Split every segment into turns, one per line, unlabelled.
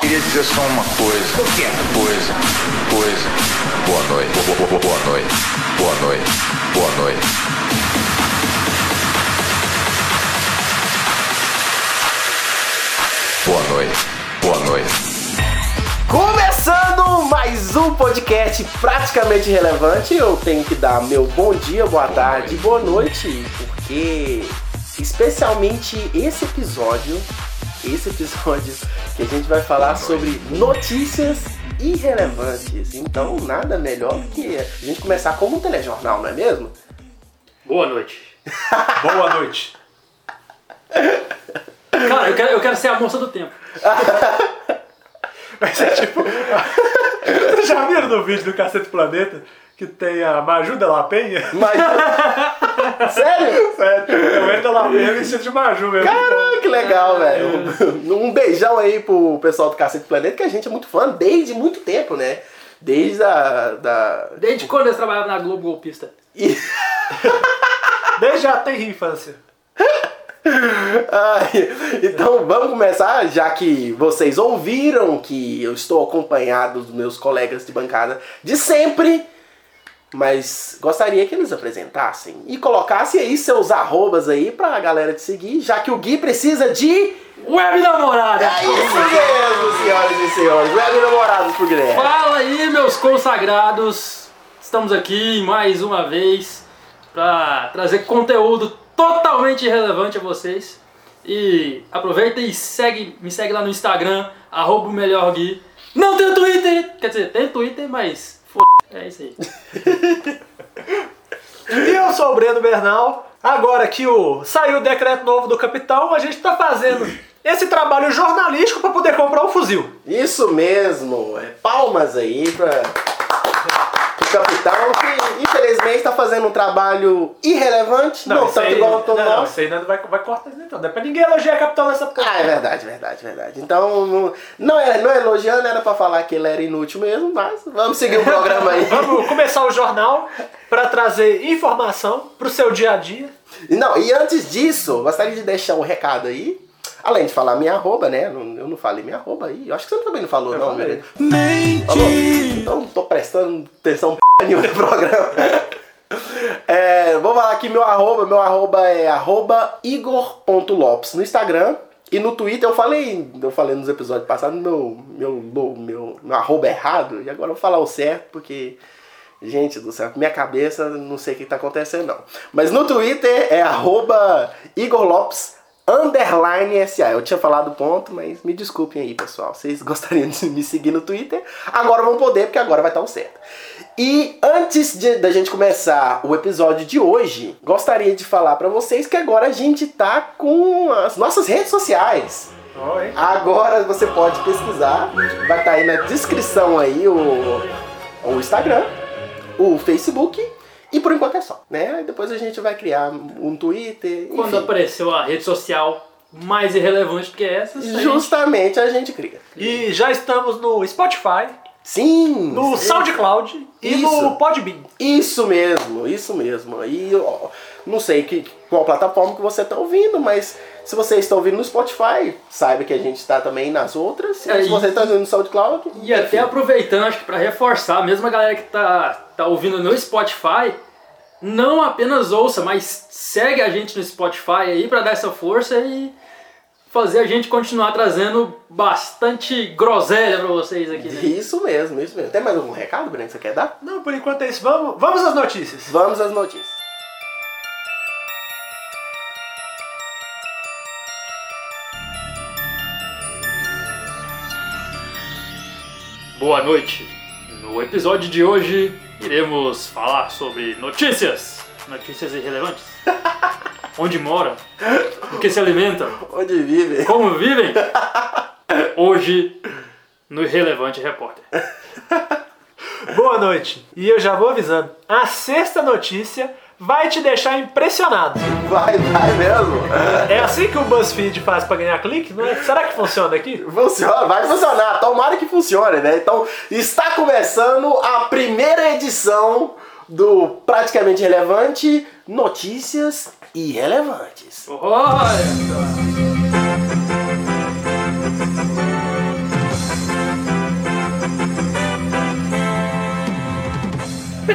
queria dizer só uma coisa.
O quê?
Coisa, coisa. Boa noite. Bo- bo- bo- Boa noite. Boa noite. Boa noite. Boa noite. Boa noite.
Começando mais um podcast praticamente relevante, eu tenho que dar meu bom dia, boa tarde, boa noite, porque especialmente esse episódio, esse episódio que a gente vai falar sobre notícias irrelevantes. Então, nada melhor do que a gente começar como um telejornal, não é mesmo?
Boa noite.
Boa noite.
Cara, eu quero, eu quero ser a moça do tempo.
Mas é tipo. Vocês já viram no vídeo do Cacete Planeta que tem a Maju de La Penha?
Mas Sério?
Sério, eu entro La Penha vestido de Maju mesmo.
Caraca, que legal, velho. Um beijão aí pro pessoal do Cacete Planeta, que a gente é muito fã desde muito tempo, né? Desde a. Da...
Desde quando eles trabalhavam na Globo Golpista.
E-
Desde a terra infância.
Ai, então vamos começar, já que vocês ouviram que eu estou acompanhado dos meus colegas de bancada de sempre, mas gostaria que eles apresentassem e colocassem aí seus arrobas aí pra galera te seguir, já que o Gui precisa de.
Web namorada!
É isso mesmo, senhoras e senhores. Web namorados pro Guilherme.
Fala aí, meus consagrados! Estamos aqui mais uma vez para trazer conteúdo totalmente irrelevante a vocês. E aproveita e segue, me segue lá no Instagram, arroba o melhor Gui. Não tem Twitter! Quer dizer, tem Twitter, mas foda É isso aí.
E eu sou o Breno Bernal. Agora que o saiu o decreto novo do capitão, a gente tá fazendo esse trabalho jornalístico pra poder comprar um fuzil.
Isso mesmo. É, Palmas aí pra. pro Capitão, que infelizmente está fazendo um trabalho irrelevante, não,
isso
tanto
aí-
igual o todo
não, tá
nosso.
não, isso aí não vai, vai cortar isso então. Não é pra ninguém elogiar o capitão nessa porra.
Ah, é verdade, verdade, verdade. Então, não, não, é, não é elogiando, era pra falar que ele era inútil mesmo, mas vamos seguir o programa aí.
Vamos começar o jornal pra trazer informação pro seu dia a dia.
Não, e antes disso, gostaria de deixar um recado aí. Além de falar minha arroba, né? Não- Eu não falei minha arroba aí. Eu acho que você também não falou, não,
falei.
Miranda. Falou? Então não tô prestando atenção p nenhuma no programa. É, vou falar aqui meu arroba. Meu arroba é arroba igor.lopes no Instagram. E no Twitter eu falei, eu falei nos episódios passados, meu, meu, meu, meu, meu arroba é errado, e agora eu vou falar o certo, porque Gente do céu, minha cabeça, não sei o que tá acontecendo não. Mas no Twitter é arroba Igor Lopes underline SA. Eu tinha falado ponto, mas me desculpem aí, pessoal. Vocês gostariam de me seguir no Twitter? Agora vão poder, porque agora vai estar o certo. E antes de- da gente começar o episódio de hoje, gostaria de falar pra vocês que agora a gente tá com as nossas redes sociais.
Oi.
Agora você pode pesquisar, vai estar aí na descrição aí o, o Instagram, o Facebook e por enquanto é só, né? Aí Depois a gente vai criar um Twitter,
Quando
enfim.
apareceu a rede social mais irrelevante do que essa, gente
Justamente a gente cria.
E já estamos no Spotify,
Sim!
no SoundCloud e
Isso.
no Podbean.
Isso mesmo, isso mesmo. E ó, não sei que, qual plataforma que você está ouvindo, mas se você está ouvindo no Spotify, saiba que a gente está também nas outras.
É,
se você está ouvindo no SoundCloud...
E até
enfim.
aproveitando, acho que pra reforçar, mesmo a galera que tá, tá ouvindo no Spotify, não apenas ouça, mas segue a gente no Spotify aí pra dar essa força e fazer a gente continuar trazendo bastante groselha pra vocês aqui, né?
Isso mesmo, isso mesmo. Tem mais algum recado, Breno, que você quer dar?
Não, por enquanto é isso. Vamos, vamos às notícias.
Vamos às notícias.
Boa noite! No episódio de hoje iremos falar sobre notícias, notícias irrelevantes. Onde moram, o que se alimentam,
Onde vive?
Como vivem? Hoje no Irrelevante Repórter.
Boa noite. E eu já vou avisando. A sexta notícia vai te deixar impressionado.
Vai, vai mesmo?
É assim que o BuzzFeed faz pra ganhar clique, não é? Será que funciona aqui?
Funciona, vai funcionar. Tomara que funcione, né? Então, está começando a primeira edição do Praticamente Relevante Notícias Irrelevantes.
Olha!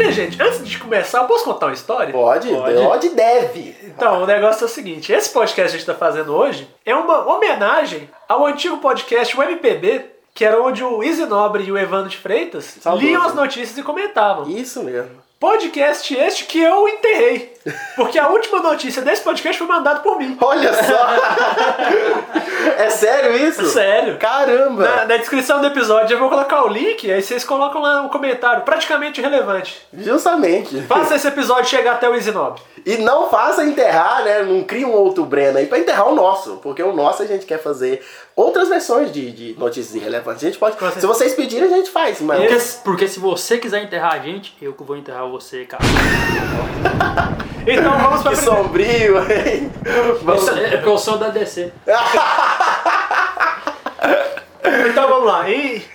gente, antes de começar, eu posso contar uma história?
Pode,
Pode.
pode, deve.
Então, o negócio é o seguinte: esse podcast que a gente está fazendo hoje é uma homenagem ao antigo podcast, o MPB, que era onde o Easy Nobre e o Evandro de Freitas
Saudoso.
liam as notícias e comentavam.
Isso mesmo.
Podcast este que eu enterrei. Porque a última notícia desse podcast foi mandada por mim.
Olha só! é sério isso?
Sério.
Caramba!
Na, na descrição do episódio eu vou colocar o link, aí vocês colocam lá um comentário praticamente relevante.
Justamente.
Faça esse episódio chegar até o Easy Nobre.
E não faça enterrar, né? Não crie um outro Breno aí pra enterrar o nosso. Porque o nosso a gente quer fazer outras versões de, de notícias irrelevantes. A gente pode.
Com certeza.
Se vocês pedirem, a gente faz. Mas
Porque, porque se você quiser enterrar a gente, eu que vou enterrar você, cara.
Então vamos pra
que
primeira.
sombrio, hein? Vamos...
É porque eu sou da DC.
Então vamos lá. E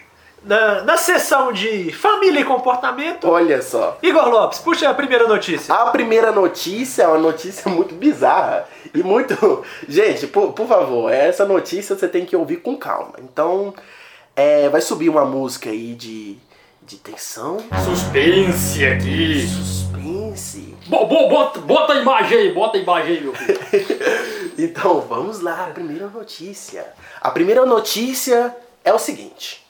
na, na sessão de família e comportamento,
Olha só.
Igor Lopes, puxa a primeira notícia.
A primeira notícia é uma notícia muito bizarra e muito. Gente, por, por favor, essa notícia você tem que ouvir com calma. Então, é, vai subir uma música aí de, de tensão,
Suspense aqui.
suspense.
Bo- bo- bota, bota a imagem aí, bota a imagem aí, meu filho.
Então, vamos lá, a primeira notícia. A primeira notícia é o seguinte: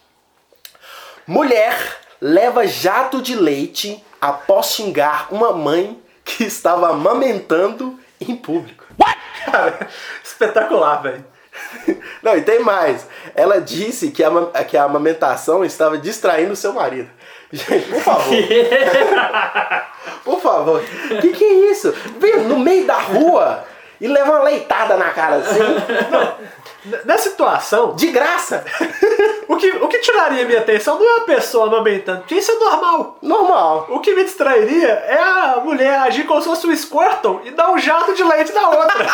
mulher leva jato de leite após xingar uma mãe que estava amamentando em público.
Cara, espetacular, velho.
Não, e tem mais. Ela disse que a, ama- que a amamentação estava distraindo seu marido. Gente, por favor, por favor. Que que é isso? Vem no meio da rua e leva uma leitada na cara assim,
N- Nessa situação,
de graça.
o que, o que tiraria minha atenção não é a pessoa amamentando, porque isso é normal.
Normal.
O que me distrairia é a mulher agir como se fosse um Squirtle e dar um jato de leite na outra.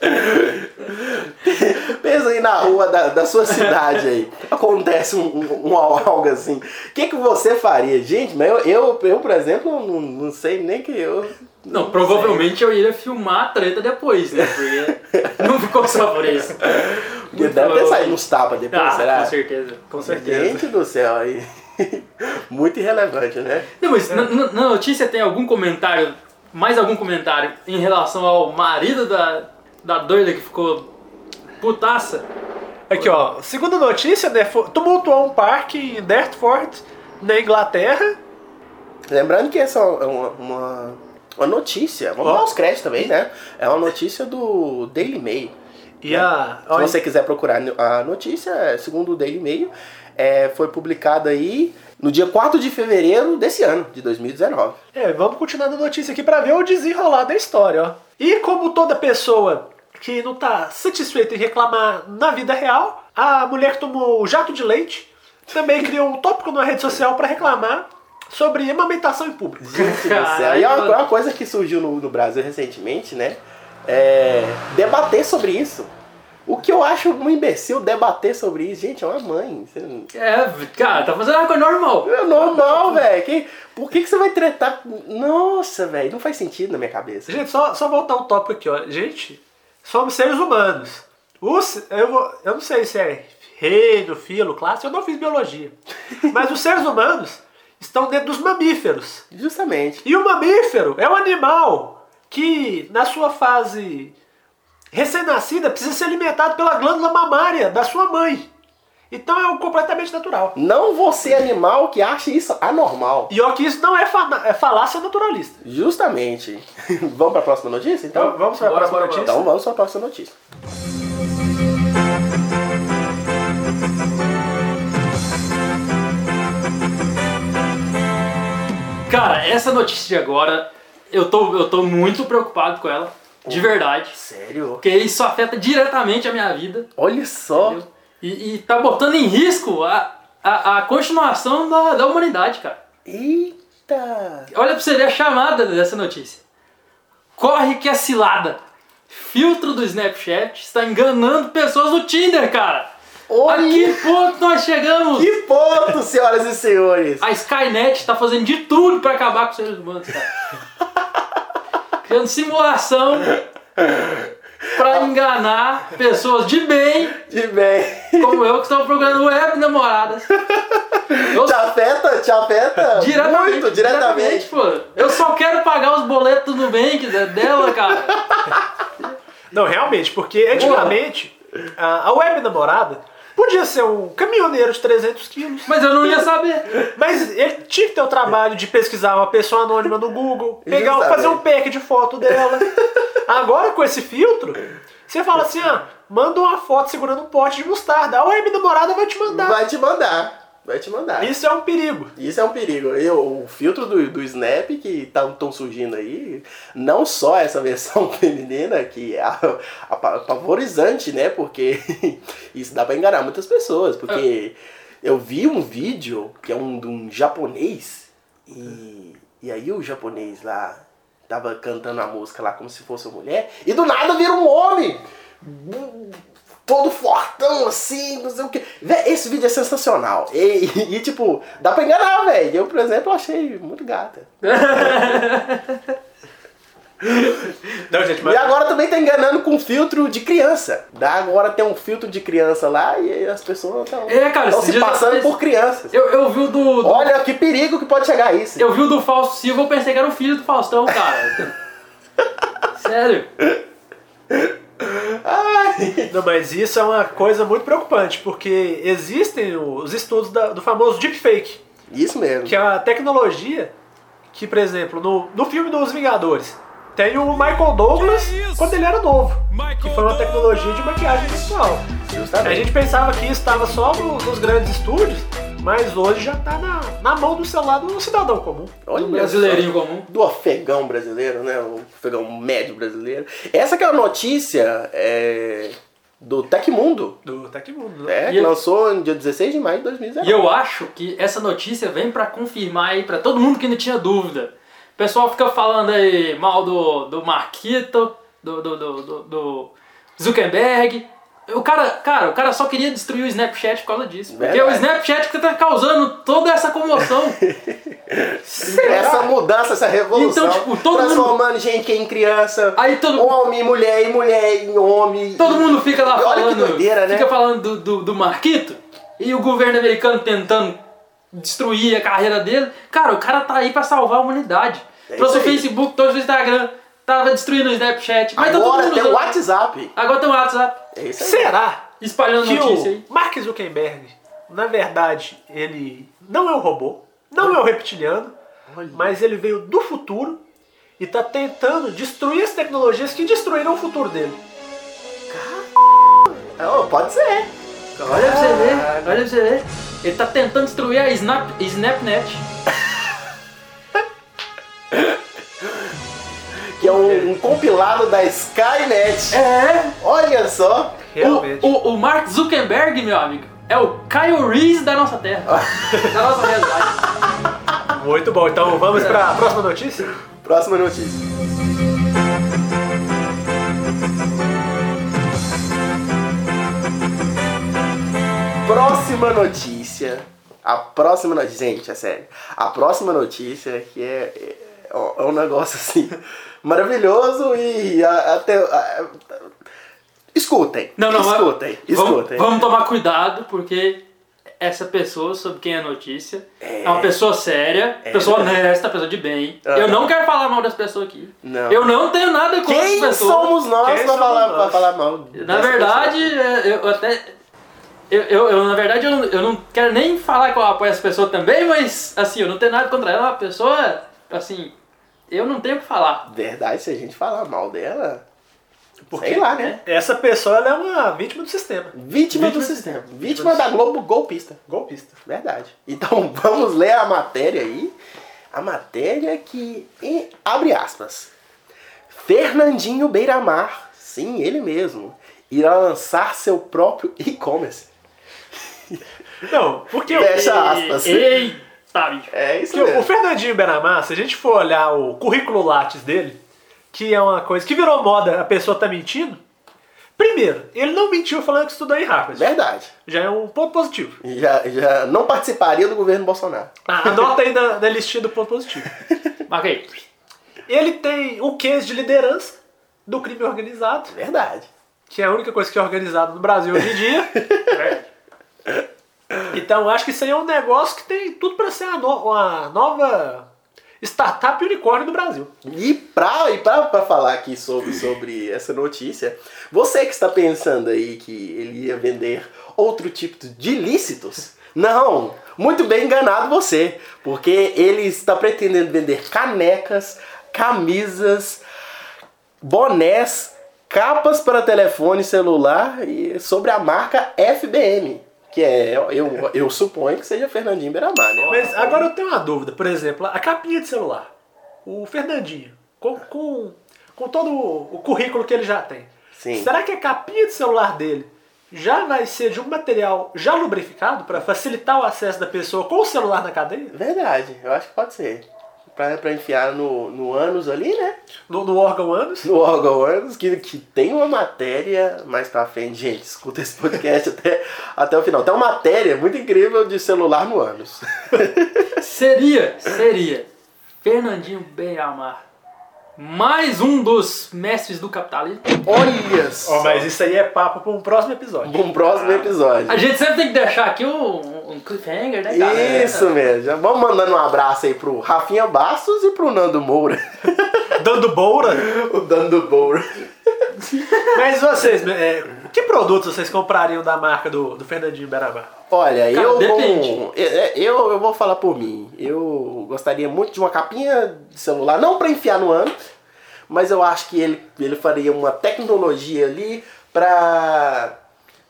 Pensa aí na rua da, da sua cidade aí. Acontece um, um, um algo assim. O que, que você faria? Gente, mas eu, eu, eu, por exemplo, não, não sei nem que eu.
Não, provavelmente eu iria filmar a treta depois, né? Porque não ficou só por isso.
Porque deve ter saído uns tapas depois,
Ah,
será?
com certeza, com certeza.
Gente do céu, aí. Muito irrelevante, né?
Não, mas na, na- na notícia tem algum comentário, mais algum comentário em relação ao marido da, da doida que ficou putaça?
Aqui, ó. Segunda notícia, né? fo- Tumultuou um parque em Dertford, na Inglaterra.
Lembrando que essa é uma, uma, uma notícia. Vamos
Ó.
dar os créditos também, né? É uma notícia do Daily Mail.
E a.
Se você quiser procurar a notícia, segundo o Daily Mail, é, foi publicada aí no dia 4 de fevereiro desse ano, de 2019.
É, vamos continuar na notícia aqui pra ver o desenrolar da história, ó. E como toda pessoa que não tá satisfeita em reclamar na vida real, a mulher que tomou o jato de leite também criou um tópico na rede social pra reclamar sobre amamentação em público.
Gente do céu.
Caralho,
E é uma,
mano.
uma coisa que surgiu no, no Brasil recentemente, né? É, debater sobre isso. O que eu acho um imbecil debater sobre isso. Gente, é uma mãe. Você não-
É, cara, tá fazendo uma coisa normal.
É normal, velho. Que- Por que, que você vai tretar? Nossa, velho, não faz sentido na minha cabeça.
Gente, só, só voltar um tópico aqui, ó. Gente, somos seres humanos. Os, eu, vou- eu não sei se é reino, filo, classe, eu não fiz biologia. Mas os seres humanos estão dentro dos mamíferos.
Justamente.
E o mamífero é um animal que, na sua fase recém-nascida, precisa ser alimentado pela glândula mamária da sua mãe. Então é algo completamente natural.
Não você animal que acha isso anormal.
E ó, que isso não é, fana- é falácia naturalista.
Justamente. vamos pra próxima notícia, então?
Então, vamos pra
bora,
próxima
bora,
notícia.
Então vamos pra próxima notícia.
Cara, essa notícia de agora, eu tô, eu tô muito preocupado com ela, de verdade.
Sério?
Porque isso afeta diretamente a minha vida.
Olha só.
entendeu? E, e tá botando em risco a, a, a continuação da, da humanidade, cara.
Eita.
Olha pra você ver a chamada dessa notícia. Corre que é cilada. Filtro do Snapchat está enganando pessoas no Tinder, cara.
Olha.
A que ponto nós chegamos?
Que ponto, senhoras e senhores.
A Skynet está fazendo de tudo pra acabar com os seres humanos, cara. Criando simulação. pra enganar pessoas de bem,
De bem.
como eu, que estão procurando web namoradas. Eu
Te afeta? Te afeta?
Diretamente.
Tá Muito, diretamente.
pô. Eu só quero pagar os boletos do Nubank de- dela, cara.
Não, realmente, porque antigamente a, a web namorada podia ser um caminhoneiro de 300 quilos,
Mas eu não ia saber.
mas ele tinha que ter o trabalho de pesquisar uma pessoa anônima no Google,
Ele
pegar,
sabe.
fazer um pack de foto dela. Agora, com esse filtro, você fala assim, ah, manda uma foto segurando um pote de mostarda, a web namorada vai te mandar.
Vai te mandar. Vai te mandar.
Isso é um perigo.
Isso é um perigo. E o, o filtro do, do Snap que estão surgindo aí, não só essa versão feminina, que é a, a pa- pavorizante, né? Porque isso dá pra enganar muitas pessoas. Porque eu vi um vídeo que é um de um japonês, e, e aí o japonês lá tava cantando a música lá como se fosse uma mulher, e do nada vira um homem! Bu- todo fortão assim, não sei o que. Esse vídeo é sensacional. E, e- e, tipo, dá pra enganar, velho. Eu, por exemplo, achei muito gata.
Não, gente,
E agora também tá enganando com filtro de criança. Dá agora tem um filtro de criança lá e aí as pessoas estão
É, cara, esses
se
dias
passando
eu-
por crianças.
Eu, eu vi o do, do-
Olha que perigo que pode chegar a isso.
Eu vi o do Fausto Silva, eu pensei que era o filho do Faustão, cara. Sério. um
Não, mas isso é uma coisa muito preocupante, porque existem os estudos da- do famoso deepfake,
Isso mesmo.
que é uma tecnologia que, por exemplo, no, no filme dos Vingadores, tem o Michael Douglas quando ele era novo, que foi uma tecnologia de maquiagem visual. A
Justamente.
gente pensava que isso estava só no- nos grandes estúdios, mas hoje já está na, na mão do celular do cidadão comum.
Olha
Do
só.
brasileirinho comum.
do ofegão brasileiro, né? O ofegão médio brasileiro. Essa que é a notícia é, do Tecmundo,
Do Tecmundo. né?
né?
E
Que
eu-
lançou no dia 16 de maio de 2019.
E eu acho que essa notícia vem pra confirmar aí pra todo mundo que não tinha dúvida. O pessoal fica falando aí mal do, do Marquito, do, do, do, do- do Zuckerberg. O cara, cara, o cara só queria destruir o Snapchat por causa disso. Porque é o
Verdade.
Snapchat que tá causando toda essa comoção.
Essa mudança, essa revolução.
Então, tipo, todo
transformando gente em criança.
Aí todo-
Homem, em mulher, e mulher, em homem.
Todo mundo fica lá
Olha
falando.
que doideira, né?
Fica falando do, do, do Marquito e o governo americano tentando destruir a carreira dele. Cara, o cara tá aí pra salvar a humanidade.
É
Trouxe o
isso aí.
Facebook, trouxe o Instagram, tava destruindo o Snapchat. Mas tá todo
Agora
mundo
tem o
usando.
WhatsApp.
Agora tem o WhatsApp.
É isso aí.
Será
Espalhando
que
notícia aí.
o Mark Zuckerberg, na verdade, ele não é um robô, não é um reptiliano, mas ele veio do futuro e tá tentando destruir as tecnologias que destruíram o futuro dele.
Ah, pode ser.
Olha pra você ver, olha pra você ver. Ele tá tentando destruir a Snap, Snapnet.
Que é um, um compilado da Skynet.
É,
Olha só.
Realmente.
O, o, o Mark Zuckerberg, meu amigo, é o Kyle Reese da nossa terra. da nossa realidade.
Muito bom, então vamos pra próxima notícia?
Próxima notícia. Próxima notícia. A próxima notícia. Gente, é sério. A próxima notícia que é, é, é um negócio assim maravilhoso e a- até. a- escutem.
Não, não, mas-
escutem.
vamos,
Escutem.
Vamos tomar cuidado, porque essa pessoa, sobre quem é a notícia, é, uma pessoa séria,
É.
pessoa honesta, pessoa de bem.
Ah.
Eu não quero falar mal das pessoas aqui.
Não.
Eu não tenho nada contra
Quem
as pessoas.
somos nós
Quem
pra
somos
falar,
nós?
pra falar mal?
Na
dessa
verdade, é, eu até. Eu, eu- eu, na verdade, eu, não- eu não quero nem falar que eu apoio essa pessoa também, mas assim, eu não tenho nada contra ela. A pessoa, assim, eu não tenho o que falar.
pessoa? Verdade, se a gente falar mal dela.
Porque
sei lá, né?
essa pessoa ela é uma vítima do sistema.
Vítima, do
Vítima do
sistema.
sistema.
Vítima da Globo golpista.
Golpista.
Verdade. Então vamos ler a matéria aí. A matéria que. e- abre aspas. Fernandinho Beiramar, sim, ele mesmo, irá lançar seu próprio e-commerce.
Não, porque o,
Fecha aspas.
E- Eita, bicho.
É isso
porque o
mesmo.
Fernandinho Benamar, se a gente for olhar o currículo Lattes dele, que é uma coisa que virou moda, a pessoa tá mentindo. Primeiro, ele não mentiu falando que estudou em Harvard.
Verdade.
Já é um ponto positivo.
Já, já não participaria do governo Bolsonaro.
Ah, Anota aí na, na listinha do ponto positivo.
Marca aí.
Ele tem o quê de liderança, do crime organizado,
Verdade.
que é a única coisa que é organizada no Brasil hoje em dia. Então acho que isso aí é um negócio que tem tudo para ser a no- uma nova startup unicórnio do Brasil.
E pra, e pra, pra falar aqui sobre, sobre essa notícia, você que está pensando aí que ele ia vender outro tipo de ilícitos, não! Muito bem enganado você, porque ele está pretendendo vender canecas, camisas, bonés, capas para telefone celular e sobre a marca FBM, que é, eu, eu suponho que seja Fernandinho Beiramar, né?
Mas agora eu tenho uma dúvida, por exemplo, a capinha de celular. O Fernandinho, com, com, com todo o o currículo que ele já tem.
Sim.
Será que a capinha de celular dele já vai ser de um material já lubrificado para facilitar o acesso da pessoa com o celular na cadeia?
Verdade, eu acho que pode ser. Pra, pra enfiar no, no ânus ali, né?
No, no órgão ânus?
No órgão ânus, que, que tem uma matéria mais pra frente. Gente, escuta esse podcast até, até o final. Tem uma matéria muito incrível de celular no ânus.
Seria, seria Fernandinho Beamar mais um dos mestres do capitalismo.
Olha só!
Ó, mas isso aí é papo para um próximo episódio.
Pra um próximo episódio.
A gente sempre tem que deixar aqui um, um cliffhanger,
tá,
né, galera?
Isso mesmo. Já Vamos mandando um abraço aí pro Rafinha Bastos e pro Nando Moura.
Dando boura.
o Nando Moura.
Mas vocês, é, que produtos vocês comprariam da marca do, do Fernandinho Beramar?
Olha,
Cara,
eu,
depende.
vou, é, é, eu, eu vou falar por mim. Eu gostaria muito de uma capinha de celular, não pra enfiar no ano, mas eu acho que ele, ele faria uma tecnologia ali pra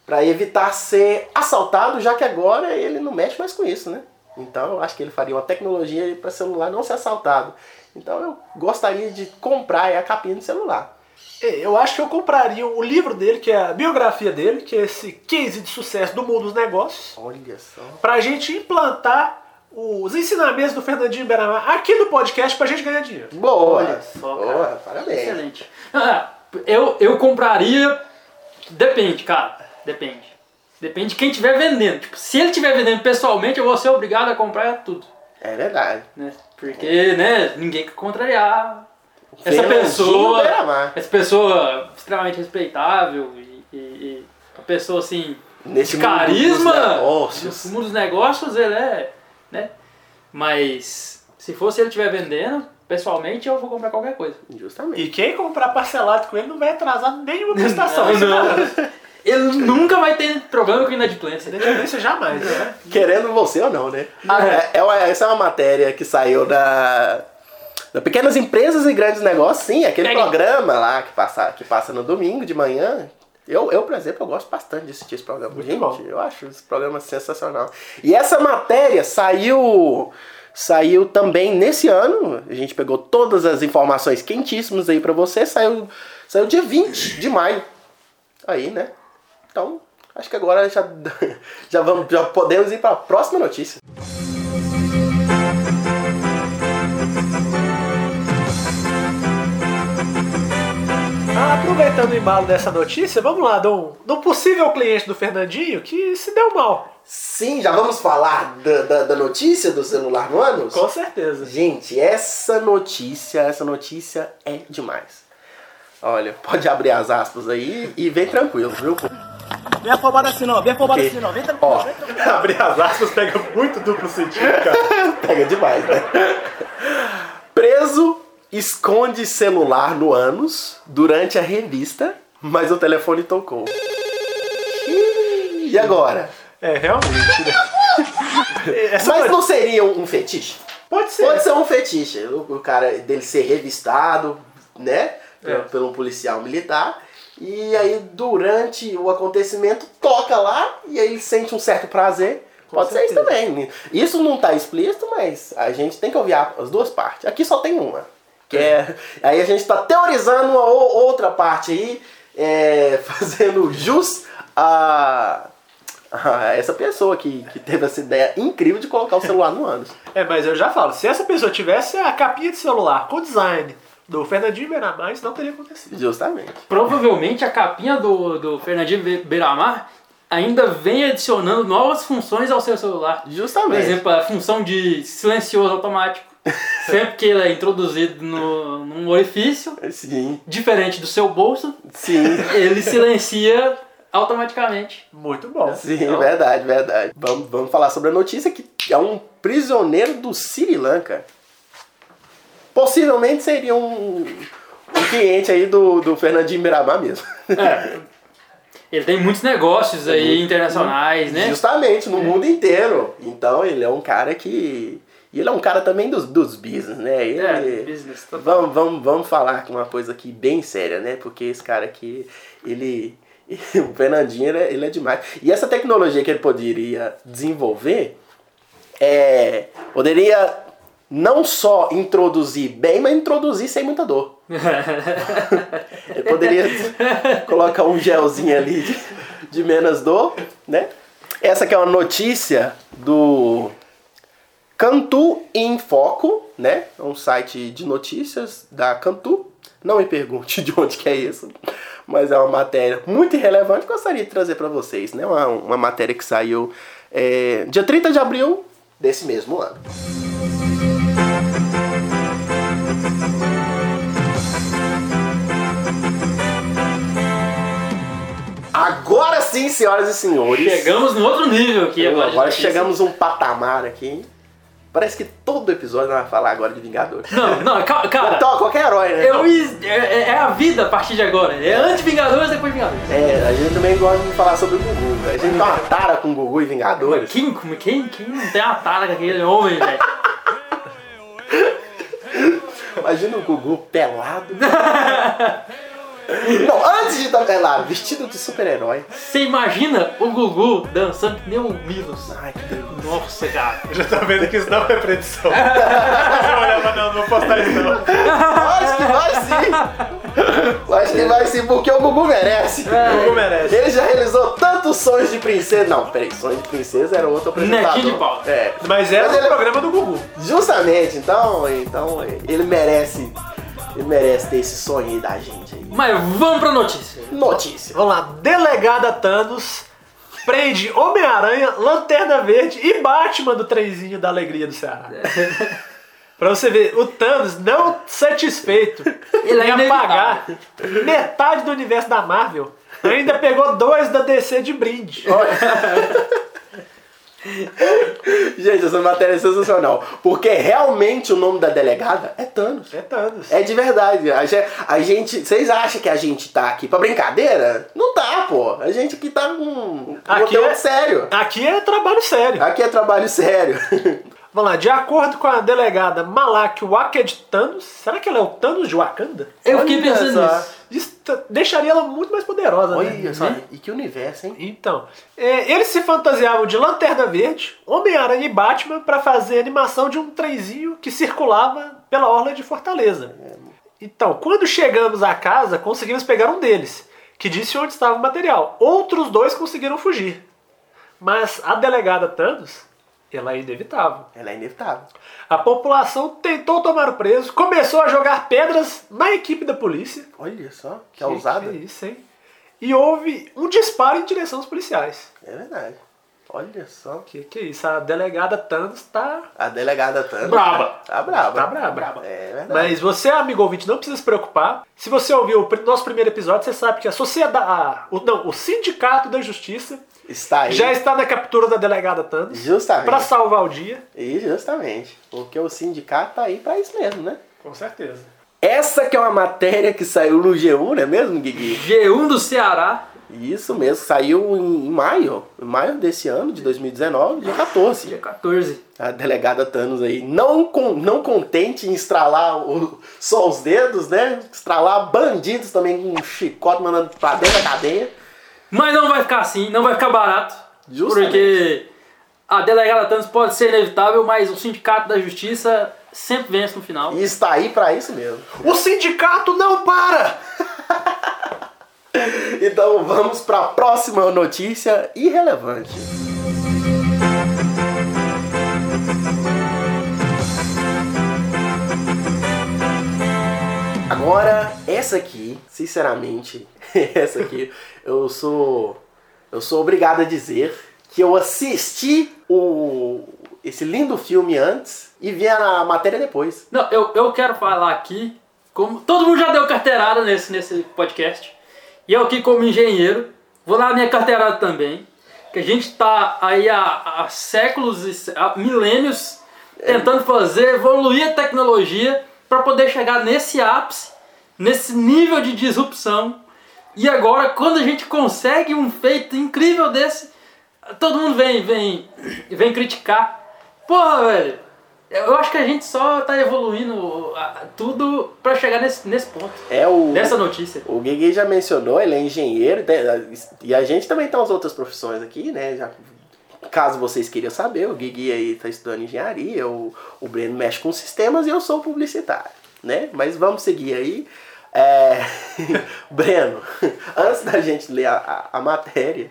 para evitar ser assaltado, já que agora ele não mexe mais com isso, né? Então eu acho que ele faria uma tecnologia para celular não ser assaltado. Então eu gostaria de comprar a capinha de celular.
É, Eu acho que eu compraria o livro dele, que é a biografia dele, que é esse case de sucesso do mundo dos negócios,
Olha só.
pra gente implantar os ensinamentos do Fernandinho Beramar aqui no podcast pra gente ganhar dinheiro.
Boa.
Olha só, cara.
Boa, parabéns.
Excelente. Ah, eu, eu compraria. Depende, cara. Depende. Depende de quem estiver vendendo. Tipo, se ele estiver vendendo pessoalmente, eu vou ser obrigado a comprar tudo.
É verdade.
Né? Porque, né, ninguém quer contrariar essa
Fernandinho
pessoa.
Beiramar.
Essa pessoa extremamente respeitável e, e- e uma pessoa assim.
Nesse
de
mundo dos
carisma.
negócios.
No mundo dos negócios, ele é. Né? Mas se fosse ele estiver vendendo, pessoalmente eu vou comprar qualquer coisa.
Justamente.
E quem comprar parcelado com ele não vai atrasar nenhuma prestação.
Não,
isso é
não.
não.
Ele nunca vai ter problema com inadimplência.
Independência jamais, né?
Querendo você ou não, né?
Ah,
É, é uma- essa é uma matéria que saiu da, da Pequenas Empresas e Grandes Negócios, sim, aquele
Pega.
programa lá que passa, que passa no domingo de manhã. Eu, eu, por exemplo, eu gosto bastante de assistir esse programa.
Muito
Gente,
bom.
eu acho esse programa sensacional. E essa matéria saiu saiu também nesse ano. A gente pegou todas as informações quentíssimas aí pra você. Saiu, saiu dia 20 de maio. Aí, né? Então, acho que agora já, já, vamos, já podemos ir para a próxima notícia.
Ah, Aproveitando o embalo dessa notícia, vamos lá, de um, de um possível cliente do Fernandinho que se deu mal.
Sim, já vamos falar da, da, da notícia do celular no ânus?
Com certeza.
Gente, essa notícia, essa notícia é demais. Olha, pode abrir as aspas aí e vem tranquilo, viu?
Vem afobado assim não, vem afobado
Porque-
assim não, vem tranquilo.
Ó,
Abrir as aspas pega muito duplo sentido, cara.
pega demais, né? Preso esconde celular no ânus durante a revista, mas o telefone tocou. E agora?
É, realmente, né? Essa
Mas
notícia-
não seria um um fetiche?
Pode ser.
Pode ser um fetiche. O, o cara dele ser revistado, né?
É.
Pelo, pelo policial militar. E aí, durante o acontecimento, toca lá e aí ele sente um certo prazer.
Com
Pode ser
certeza.
isso também. Isso não tá explícito, mas a gente tem que ouvir a- as duas partes. Aqui só tem uma. Que é. Aí a gente tá teorizando uma ou- outra parte aí, é, fazendo jus a. a essa pessoa que, que teve essa ideia incrível de colocar o celular no ânus.
É, mas eu já falo, se essa pessoa tivesse a capinha de celular com o design do Fernandinho Beiramar, isso não teria acontecido.
Justamente.
Provavelmente a capinha do, do Fernandinho Be- Beiramar ainda vem adicionando novas funções ao seu celular. Por
Justamente.
exemplo, a função de silencioso automático. Sempre que ele é introduzido no, num orifício,
Sim,
diferente do seu bolso,
sim.
ele silencia automaticamente.
Muito bom.
Sim,
Então-
verdade, verdade. Vamos, vamos falar sobre a notícia que é um prisioneiro do Sri Lanka. Possivelmente seria um, um cliente aí do, do Fernandinho Miramar mesmo.
Ele tem muitos negócios aí internacionais, né?
Justamente, no mundo inteiro. Então ele é um cara que. E ele é um cara também dos, dos business, né? Ele, tá
É, business. total.
Vamos, vamos, vamos falar com uma coisa aqui bem séria, né? Porque esse cara aqui, ele. O Fernandinho, ele é, ele é demais. E essa tecnologia que ele poderia desenvolver é, poderia não só introduzir bem, mas introduzir sem muita dor. Ele poderia colocar um gelzinho ali de, de menos dor, né? Essa que é uma notícia do Cantu em Foco, né? É um site de notícias da Cantu. Não me pergunte de onde que é isso, mas é uma matéria muito irrelevante que eu gostaria de trazer para vocês, né? Uma, uma matéria que saiu é, dia 30 de abril desse mesmo ano. Agora sim, senhoras e senhores.
Chegamos no outro nível aqui
Então,
agora. de
agora
notícia.
chegamos um patamar aqui, hein? Parece que todo episódio nós vai falar agora de Vingadores.
Não, não, calma, cara.
Então, qualquer herói, né?
Eu is- é, é a vida a partir de agora. É antes Vingadores, depois Vingadores.
É, a gente também gosta de falar sobre o Gugu, velho. A gente tem uma tara com o Gugu e Vingadores.
Quem, quem, quem não tem uma tara com aquele homem, velho?
Imagina o Gugu pelado. Não, antes de estar pelado, vestido de super-herói.
Você imagina o Gugu dançando que nem o Milos.
Ai, que delícia.
Nossa, cara.
Eu já tô vendo que isso não é predição. eu olhava, não, não vou postar isso não.
Acho que vai sim! Eu Acho que vai sim, porque o Gugu merece.
É,
Gugu merece.
Ele já realizou tantos sonhos de princesa. Não, peraí, sonhos de princesa era outro
Nequinho
apresentador.
de pau.
É.
Mas era
Mas
o
ele-
programa do Gugu.
Justamente, então, então ele merece. Ele merece ter esse sonho aí da gente aí.
Mas vamos pra notícia.
Notícia.
Vamos lá, delegada Thanos prende Homem-Aranha, Lanterna Verde e Batman do trenzinho da alegria do Ceará.
É.
pra você ver, o Thanos não satisfeito
Ele é
em apagar
inevitável.
metade do universo da Marvel, ainda pegou dois da DC de brinde.
Gente, essa matéria é sensacional. Porque realmente o nome da delegada é Thanos.
É Thanos.
É de verdade. A gente. a gente- vocês acham que a gente tá aqui pra brincadeira? Não tá, pô. A gente aqui tá com
Aqui
conteúdo
é-
sério.
Aqui é trabalho sério.
Aqui é trabalho sério.
Vamos lá, de acordo com a delegada Malak Waked Thanos, será que ela é o Thanos de Wakanda?
Eu fiquei
Olha
pensando
só.
nisso. Hum?
Isso t- deixaria ela muito mais poderosa, né?
Olha só, e que universo, hein?
Então, é, eles se fantasiavam de Lanterna Verde, Homem-Aranha e Batman para fazer a animação de um trenzinho que circulava pela orla de Fortaleza. Então, quando chegamos à casa, conseguimos pegar um deles, que disse onde estava o material. Outros dois conseguiram fugir. Mas a delegada Thanos, ela é inevitável.
Ela é inevitável.
A população tentou tomar o preso, começou a jogar pedras na equipe da polícia.
Olha só, que é ousada.
Que isso, hein? E houve um disparo em direção aos policiais.
É verdade. Olha só.
Que que isso? A delegada Thanos tá.
A delegada Thanos.
Braba.
Tá braba.
Tá braba.
É verdade.
Mas você, amigo ouvinte, não precisa se preocupar. Se você ouviu o pr- nosso primeiro episódio, você sabe que a sociedade. a- o, não, o Sindicato da Justiça
Está aí.
já é está na captura da delegada Thanos
Justamente.
para salvar o dia.
E justamente. Porque o sindicato tá aí pra isso mesmo, né?
Com certeza.
Essa que é uma matéria que saiu no G1, não é mesmo, Guigui?
G1 do Ceará.
Isso mesmo, saiu em maio, em maio desse ano, de 2019, dia 14.
Dia 14.
A delegada Thanos aí, não, con- não contente em estralar o- só os dedos, né? Estralar bandidos também com um chicote mandando pra dentro da cadeia.
Mas não vai ficar assim, não vai ficar barato.
Justamente.
Porque a delegada Thanos pode ser inevitável, mas o sindicato da justiça sempre vence no final.
E está aí pra isso mesmo.
O sindicato não para!
Então vamos pra próxima notícia irrelevante. Agora, essa aqui, sinceramente, essa aqui, eu sou eu sou obrigado a dizer que eu assisti o, esse lindo filme antes e ver a matéria depois.
Não, eu, eu quero falar aqui, como todo mundo já deu carteirada nesse, nesse podcast, e eu aqui como engenheiro, vou dar a minha carteirada também, que a gente tá aí há, há séculos, e sé- há milênios, tentando fazer, evoluir a tecnologia para poder chegar nesse ápice, nesse nível de disrupção, e agora quando a gente consegue um feito incrível desse, todo mundo vem, vem, vem criticar. Porra, velho, eu acho que a gente só tá evoluindo ah, tudo pra chegar nesse, nesse ponto,
É o.
nessa notícia.
O Guigui já mencionou, ele é engenheiro, né, e a gente também tem as outras profissões aqui, né? Já, caso vocês queriam saber, o Guigui aí tá estudando engenharia, o, o Breno mexe com sistemas e eu sou publicitário, né? Mas vamos seguir aí. É, Breno, antes da gente ler a, a, a matéria,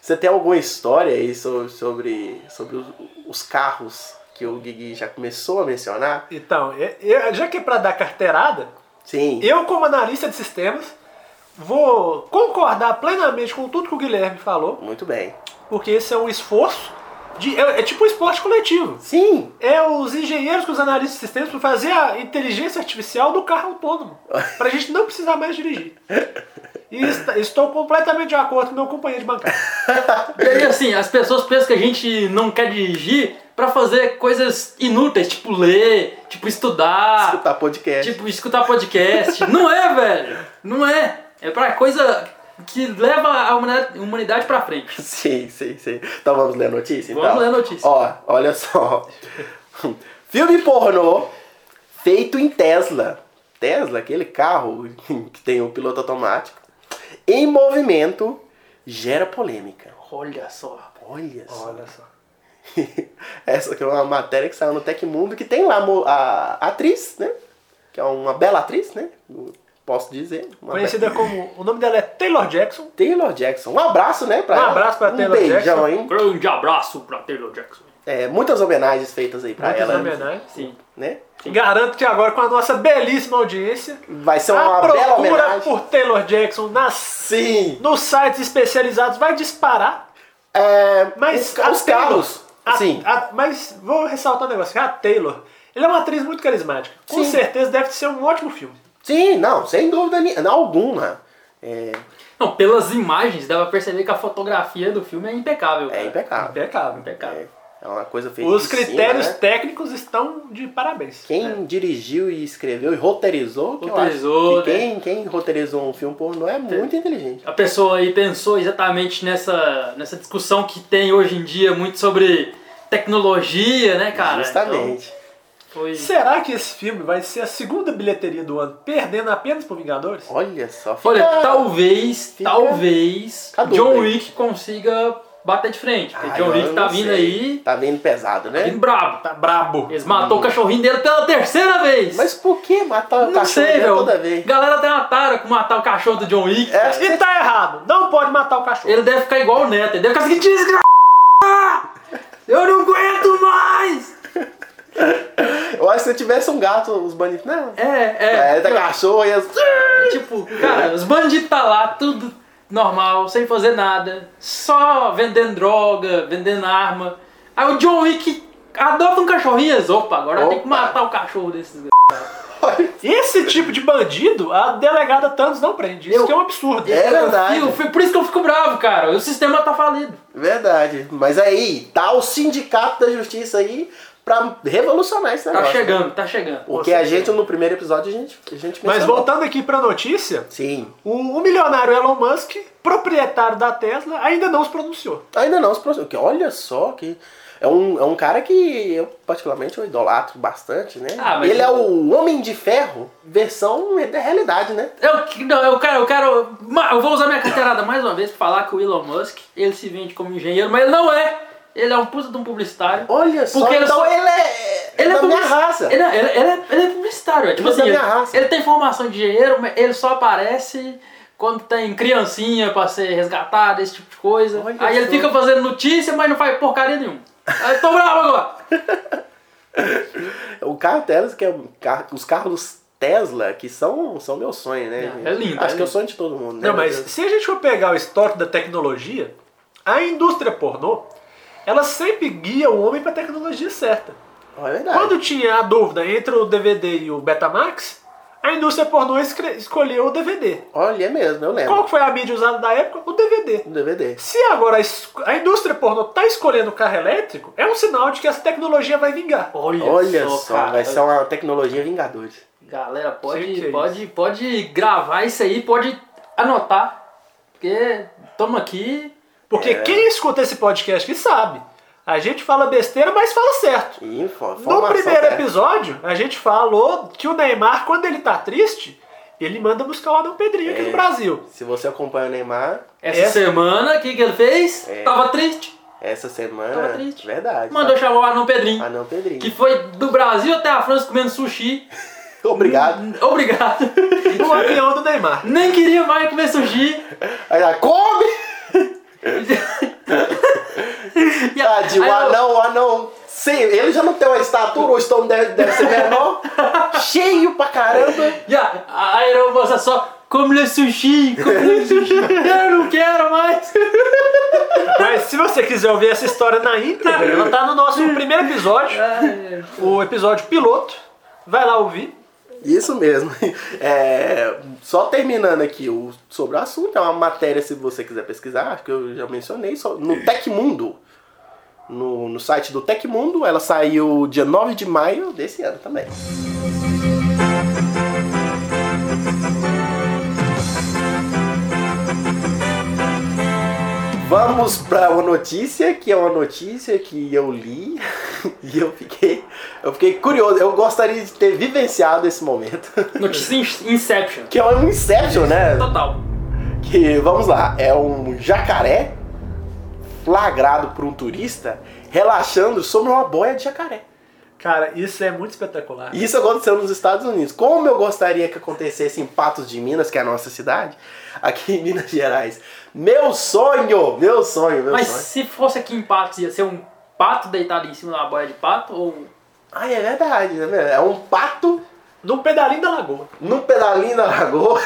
você tem alguma história aí so- sobre, sobre os, os carros que o Guigui já começou a mencionar?
Então, eu- eu- já que é pra dar carteirada,
Sim.
eu como analista de sistemas vou concordar plenamente com tudo que o Guilherme falou,
Muito bem.
porque esse é um esforço de é, é tipo um esporte coletivo.
Sim!
É os engenheiros com os analistas de sistemas pra fazer a inteligência artificial do carro autônomo, pra gente não precisar mais dirigir. E est- estou completamente de acordo com meu companheiro de bancada.
E aí, assim, as pessoas pensam que a gente não quer dirigir pra fazer coisas inúteis, tipo ler, tipo estudar,
escutar podcast.
tipo escutar podcast. não é, velho. Não é. É pra coisa que leva a humani- humanidade pra frente.
Sim, sim, sim. Então vamos ler a notícia?
Vamos
então?
ler a notícia.
Ó, olha só. Filme pornô feito em Tesla. Tesla, aquele carro que tem o piloto automático. Em movimento gera polêmica.
Olha só.
Olha só.
Olha só.
Essa aqui é uma matéria que saiu no Tecmundo, que tem lá mo- a atriz, né? Que é uma bela atriz, né? Posso dizer. Uma
Conhecida como. O nome dela é Taylor Jackson.
bela- Taylor Jackson. Um abraço, né? Pra
Um
ela.
abraço pra Taylor
Um beijão,
Jackson.
hein?
Grande abraço pra Taylor Jackson.
É, muitas homenagens feitas aí pra
Muitas
Ah, ela. é
homenagens.
Sim.
Né?
Garanto que agora, com a nossa belíssima audiência,
Vai ser
a
Então, uma bela
procura
homenagem.
por Taylor Jackson nas,
Sim.
nos sites especializados vai disparar.
É,
Mas
os,
a
os
Taylor-
carros. assim. sim.
a- a- mas vou ressaltar um negócio: que a Taylor, ela é uma atriz muito carismática. Com
Sim.
certeza deve ser um ótimo filme.
Sim, não, sem dúvida ni- alguma. É,
Não, pelas imagens dá pra perceber que a fotografia do filme é impecável.
é
cara.
impecável.
Impecável.
Impecável.
É, é uma coisa feita.
Os
em cima,
critérios
né?
técnicos estão de parabéns.
Quem dirigiu e escreveu e roteirizou, que eu acho
É. Roteirizou,
que
né?
quem, quem roteirizou um filme pornô é muito inteligente.
A pessoa aí pensou exatamente nessa, nessa discussão que tem hoje em dia muito sobre tecnologia, né, cara?
Justamente.
Então, foi...
Será que esse filme vai ser a segunda bilheteria do ano, perdendo apenas por Vingadores?
Olha só.
Olha, tá
fica-
talvez,
fica
talvez
a dúvida
John
aí.
Wick consiga bater de frente. Porque
Ai,
John
Ah, eu
Wick tá
não
vindo
sei.
aí,
Tá vindo pesado,
tá
né?
vindo brabo.
Tá brabo.
Eles matou o cachorrinho dele pela terceira vez.
Mas por que matar o
não
cachorro
sei,
dele é
meu.
toda vez?
Galera tem uma tara com matar o cachorro do John Wick.
É.
cara.
E tá errado. Não pode matar o cachorro.
Ele deve ficar igual o Neto. Ele deve ficar assim, desgraça! Eu não aguento mais!
Eu acho que se tivesse um gato, os bandidos. Não.
É, é.
É, tá cachorro e as...
Tipo, cara, os bandidos tá lá, tudo normal, sem fazer nada, só vendendo droga, vendendo arma. Aí o John Wick adota um cachorrinho, e diz, opa, agora tem que
Opa.
matar o cachorro desses.
Esse tipo de bandido, a delegada Thanos não prende. Isso
Eu-
que é um absurdo.
É verdade.
Eu fico- por isso que eu fico bravo, cara. O sistema tá falido.
Verdade. Mas aí, tá o sindicato da justiça aí pra revolucionar esse
Tá
negócio.
chegando, tá chegando.
Porque a gente, no primeiro episódio, a gente, a gente
Mas
mencionou.
voltando aqui pra notícia,
Sim.
o, o milionário Elon Musk, proprietário da Tesla, ainda não se pronunciou.
Ainda não, os próximos. que Olha só que... É um, é um cara que eu, particularmente, eu idolatro bastante, né?
Ah, mas-
Ele é o Homem de Ferro, versão da realidade, né?
Eu, que- não, eu quero, eu quero. ma- Eu vou usar minha carteirada mais uma vez pra falar que o Elon Musk, ele se vende como engenheiro, mas ele não é. Ele é um puta de um publicitário.
Olha só,
Porque ele
então
só-
ele é,
Ele é
da minha
publici-
raça.
Ele, é- ele, ele é, ele é publicitário, é
Ele
tipo
é
assim.
da minha
ele-
raça.
Ele tem formação de engenheiro, mas ele só aparece quando tem criancinha pra ser resgatada, esse tipo de coisa.
Olha
Aí ele
só.
fica fazendo notícia, mas não faz porcaria nenhuma. Aí tô bravo agora.
O carro Tesla, que é um car- os carros Tesla, que são, são meu sonho, né?
É, é lindo,
Acho que é
é
o
lindo.
sonho de todo mundo, né?
Não, mas se a gente for pegar o estoque da tecnologia, a indústria pornô ela sempre guia o homem para a tecnologia certa.
É verdade.
Quando tinha a dúvida entre o DVD e o Betamax, a indústria pornô escre- escolheu o DVD.
Olha, é mesmo, eu lembro.
Qual que foi a mídia usada na época? O DVD.
Um DVD.
Se agora a, es- a indústria pornô tá escolhendo o carro elétrico, é um sinal de que essa tecnologia vai vingar.
Olha,
Olha só,
cara.
vai ser um- uma tecnologia Vingadores.
Galera,
Sei que é
pode,
isso.
pode, pode gravar isso aí, pode anotar. Porque toma aqui.
Porque
É.
quem escuta esse podcast que sabe, a gente fala besteira, mas fala certo.
Info,
No
formação
primeiro
certa.
episódio, a gente falou que o Neymar, quando ele tá triste, ele manda buscar o Adão Pedrinho aqui
É.
no Brasil.
Se você acompanha o Neymar,
Essa
Essa-
semana, o que, que ele fez?
É.
Tava triste.
essa semana.
Tava triste.
Verdade.
Mandou chamar o Arnão Pedrinho.
Ah, não, Pedrinho.
Que foi do Brasil até a França comendo sushi.
Obrigado.
Obrigado.
O avião do Neymar.
Nem queria mais comer sushi.
Aí ela, come!
E a-
Tadinho,
aí
o
eu-
anão, o anão. Sim, ele já não tem uma estatura, o estômago deve, deve ser menor. cheio pra caramba.
E a, a aeromoça só come o sushi, come o sushi. Eu não quero mais.
Mas se você quiser ouvir essa história na íntegra, ela tá no nosso primeiro episódio,
É,
o episódio piloto. Vai lá ouvir.
Isso mesmo. É, só terminando aqui o, sobre o assunto, é uma matéria, se você quiser pesquisar, acho que eu já mencionei, só, no Tecmundo. No, no site do Tecmundo, ela saiu dia 9 de maio desse ano também. Vamos para uma notícia que é uma notícia que eu li e eu fiquei, eu fiquei curioso. Eu gostaria de ter vivenciado esse momento,
Notícia in- Inception.
que é um inception, né?
Total.
Que vamos lá, é um jacaré flagrado por um turista relaxando sobre uma boia de jacaré.
Cara, isso é muito espetacular.
E Isso aconteceu nos Estados Unidos. Como eu gostaria que acontecesse em Patos de Minas, que é a nossa cidade, aqui em Minas Gerais. Meu sonho, meu sonho, meu
Mas
sonho.
se fosse aqui em Patos, ia ser um pato deitado em cima de uma boia de pato ou
Ai, é verdade, né? velho? É um pato
Num pedalinho da lagoa.
num pedalinho na lagoa.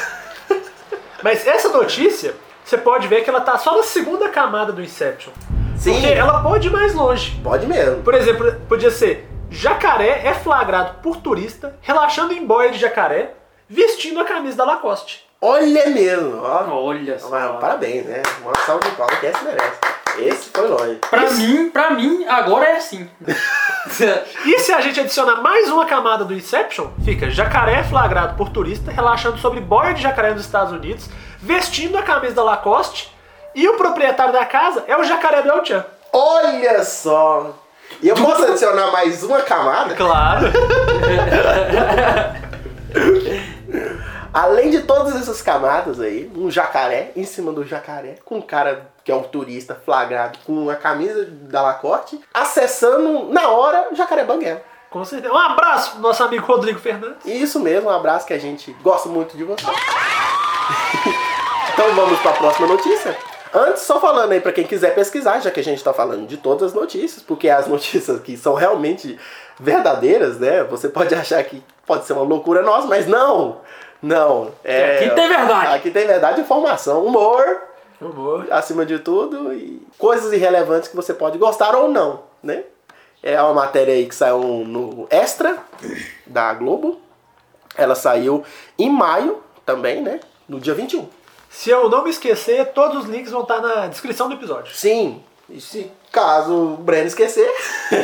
Mas essa notícia, você pode ver que ela tá só na segunda camada do Inception.
Sim,
Porque ela pode ir mais longe.
pode mesmo.
Por exemplo, podia ser jacaré é flagrado por turista relaxando em boia de jacaré, vestindo a camisa da Lacoste.
Olha mesmo, ó.
Olha só.
Mas, parabéns, né? Uma salva de palmas é que esse merece. Esse foi longe.
Pra mim, pra mim, agora é assim.
E se a gente adicionar mais uma camada do Inception, fica jacaré é flagrado por turista relaxando sobre boia de jacaré nos Estados Unidos, vestindo a camisa da Lacoste, e o proprietário da casa é o jacaré do El Chan.
Olha só! E eu posso adicionar mais uma camada?
Claro.
Além de todas essas camadas aí, um jacaré em cima do jacaré, com um cara que é um turista flagrado com a camisa da Lacoste, acessando na hora o jacaré banguela.
Com certeza. Um abraço pro nosso amigo Rodrigo Fernandes.
E isso mesmo, um abraço que a gente gosta muito de você. então vamos para a próxima notícia. Antes, só falando aí para quem quiser pesquisar, já que a gente está falando de todas as notícias, porque as notícias que são realmente verdadeiras, né? Você pode achar que pode ser uma loucura nossa, mas não! Não. É,
Aqui tem verdade.
Aqui tem verdade, informação, humor,
Humor.
acima de tudo, e coisas irrelevantes que você pode gostar ou não, né? É uma matéria aí que saiu no Extra da Globo. Ela saiu em maio também, né? No dia 21.
Se eu não me esquecer, todos os links vão estar na descrição do episódio.
Sim, e se caso o Breno esquecer,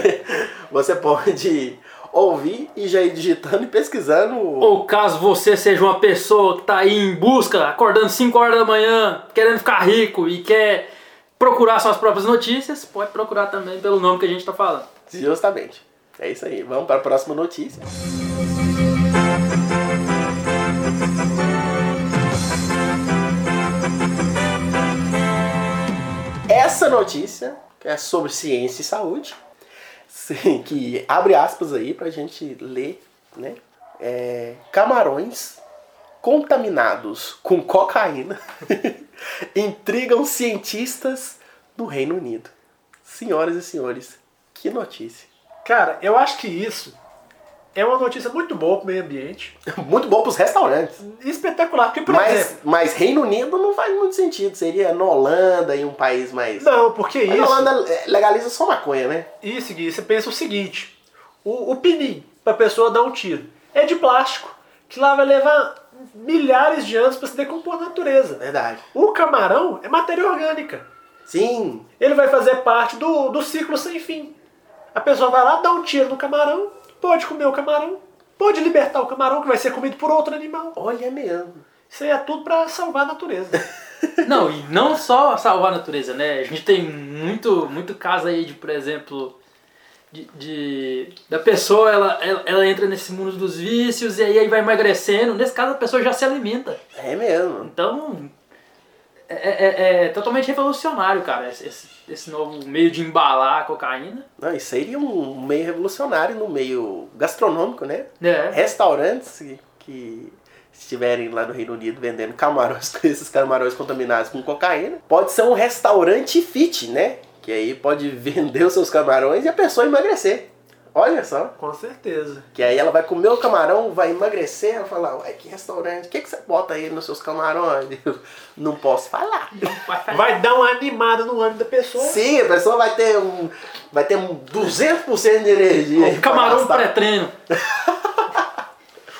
você pode ouvir e já ir digitando e pesquisando.
ou caso você seja uma pessoa que tá aí em busca, acordando 5 horas da manhã, querendo ficar rico e quer procurar suas próprias notícias, pode procurar também pelo nome que a gente tá falando.
Justamente. É isso aí. Vamos para a próxima notícia. Essa notícia que é sobre ciência e saúde, sim, que abre aspas aí pra gente ler, né? É, camarões contaminados com cocaína intrigam cientistas no Reino Unido. Senhoras e senhores, que notícia.
Cara, eu acho que isso é uma notícia muito boa pro meio ambiente.
Muito bom pros restaurantes.
Espetacular, porque, por exemplo.
Mas, mas Reino Unido não faz muito sentido. Seria na Holanda e um país mais.
Não, porque
Mas
isso.
a Holanda eh, legaliza só maconha, né?
Isso, Gui, você pensa o seguinte: o, o pinim pra pessoa dar um tiro é de plástico, que lá vai levar milhares de anos pra se decompor na natureza.
Verdade.
O camarão é matéria orgânica.
Sim.
Ele vai fazer parte do, do ciclo sem fim. A pessoa vai lá, dá um tiro no camarão, pode comer o camarão, pode libertar o camarão que vai ser comido por outro animal.
Olha mesmo.
Isso aí é tudo pra salvar a natureza.
Não, e não só salvar a natureza, né? A gente tem muito, muito caso aí de, por exemplo, de, de- da pessoa, ela, ela, ela entra nesse mundo dos vícios e aí, aí vai emagrecendo. Nesse caso, a pessoa já se alimenta.
É mesmo.
Então, é, é- é totalmente revolucionário, cara, esse, esse- esse novo meio de embalar a cocaína.
Não, isso seria um meio revolucionário no meio gastronômico, né?
né?
Restaurantes que- que estiverem lá no Reino Unido vendendo camarões com esses camarões contaminados com cocaína. Pode ser um restaurante fit, né? Que aí pode vender os seus camarões e a pessoa emagrecer. Olha só.
Com certeza.
Que aí ela vai comer o camarão, vai emagrecer, ela vai falar, ué, que restaurante, o que, que você bota aí nos seus camarões? Eu não posso falar.
Né?
Vai dar uma animada no ânimo da pessoa.
Sim, a pessoa vai ter um. Vai ter um 200% de energia.
O camarão
Pra gastar.
pré-treino.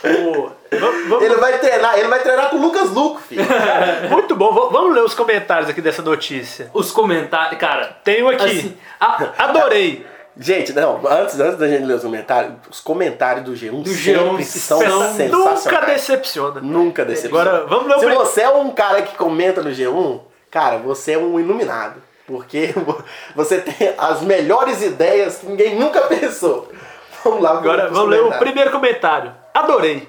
Pô, vamos- vamos-
Ele vai treinar, ele vai treinar com o Lucas Luco, filho.
Muito bom, v- vamos ler os comentários aqui dessa notícia.
Os comentários, cara.
Tenho aqui.
Assim, a-
Adorei.
gente, não, antes, antes da gente ler os comentários, os comentários do G1
Do
sempre
G1
são
são-
sensacionais.
um Nunca decepciona.
Nunca decepciona.
Agora, vamos ler o
Se
prim-
você é um cara que comenta no G1, cara, você é um iluminado. Porque você tem as melhores ideias que ninguém nunca pensou. Vamos lá.
Agora
pros
vamos ler o
comentários.
primeiro comentário. Adorei.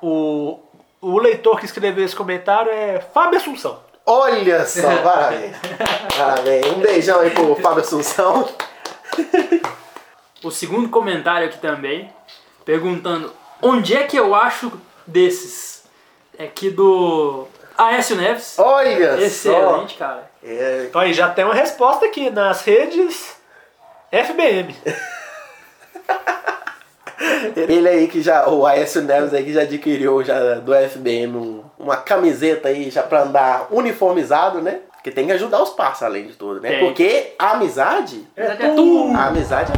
O, o leitor que escreveu esse comentário é Fábio Assunção.
Olha só, parabéns. parabéns. Um beijão aí pro Fábio Assunção.
O segundo comentário aqui também, perguntando onde é que eu acho desses? É aqui do Aécio Neves.
Olha só.
Excelente, cara.
É,
Então aí já tem uma resposta aqui nas redes FBM.
ele aí que já, o Aécio Neves aí que já adquiriu já do FBM um- uma camiseta aí já pra andar uniformizado, né? Porque tem que ajudar os parceiros além de tudo, né?
Tem.
Porque a amizade
É tu.
A amizade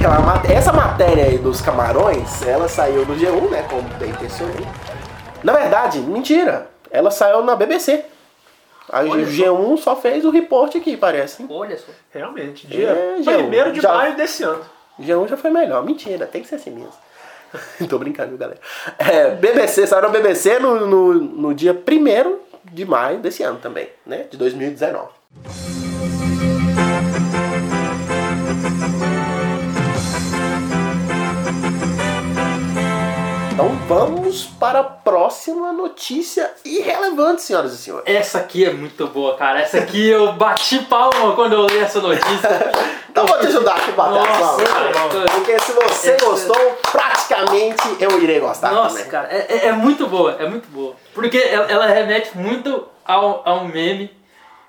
é. ela mate- Essa matéria aí dos camarões, ela saiu do G1, né? Como bem mencionei. Na verdade, mentira. Ela saiu na BBC. Aí o
Olha
G1 só fez o report aqui, parece. hein?
Olha só.
Realmente, dia
É, já-
1 de
já-
maio desse ano.
G1 já foi melhor. Mentira, tem que ser assim mesmo. Tô brincando, viu, galera. É, BBC, saiu na BBC no, no, no dia 1 de maio desse ano também, né? De 2019. Então vamos para a próxima notícia irrelevante, senhoras e senhores.
Essa aqui é muito boa, cara. Essa aqui eu bati palma quando eu li essa notícia.
Então vou te ajudar aqui a bater a sua
Nossa,
mão,
cara.
Porque se você
Esse- é
gostou, praticamente eu irei gostar
Nossa,
também.
cara, é, é- é muito boa, é muito boa. Porque ela, ela remete muito ao, a um meme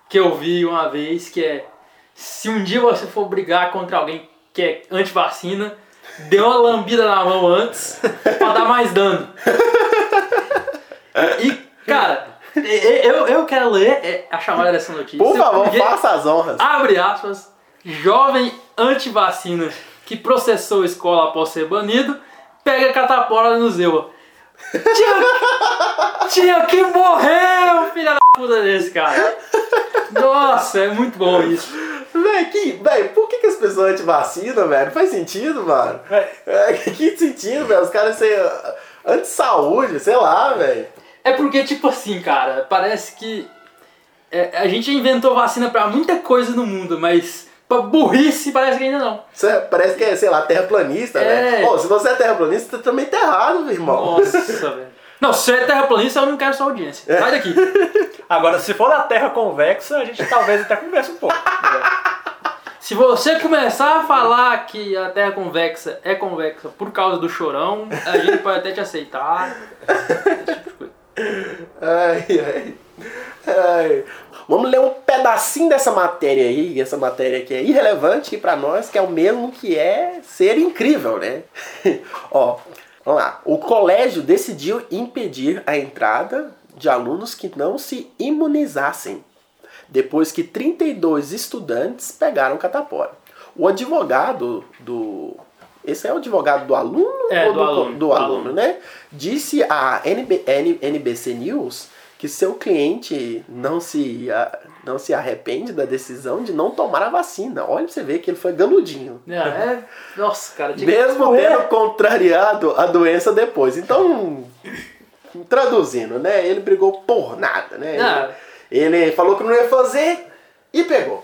que eu vi uma vez, que é se um dia você for brigar contra alguém que é antivacina, dê uma lambida na mão antes pra dar mais dano. E, cara, e- e- eu, eu quero ler é, a chamada dessa notícia.
Por favor,
porque-
faça as honras.
abre aspas, jovem antivacina que processou escola após ser banido, pega catapora no Zewa. Tinha, tinha que morrer, um filho da puta desse, cara. Nossa, é muito bom isso.
Véi, que, véi, por que, que as pessoas anti-vacina, velho? Não faz sentido, mano. É, que sentido, velho? Os caras ser ah, anti-saúde, sei lá, velho.
É porque, tipo assim, cara, parece que é, a gente inventou vacina pra muita coisa no mundo, mas pra burrice parece que ainda não.
Isso é- Parece que é, sei lá, terraplanista,
É.
velho. Pô, se você é terraplanista, você também tá errado, meu irmão.
Nossa, velho. Não, se você é terraplanista, eu não quero sua audiência. Sai daqui.
Agora, se for na Terra convexa, a gente talvez até converse um pouco.
Se você começar a falar que a Terra convexa é convexa por causa do chorão, a gente pode até te aceitar.
Ai, ai. Ai. Vamos ler um pedacinho dessa matéria aí, essa matéria que é irrelevante para nós, que é o mesmo que é ser incrível, né? Ó, vamos lá. O colégio decidiu impedir a entrada de alunos que não se imunizassem, depois que 32 estudantes pegaram catapora. O advogado do. Esse é o advogado do aluno
É,
ou
do aluno,
do
do
aluno,
aluno.
né? Disse a NB, N- NBC News que seu cliente não se, a- não se arrepende da decisão de não tomar a vacina. Olha pra você ver que ele foi ganudinho.
É, é- nossa, cara, tinha que
Mesmo
morrer.
tendo contrariado a doença depois. Então, traduzindo, né? Ele brigou por nada, né?
Ah.
Ele, ele falou que não ia fazer e pegou.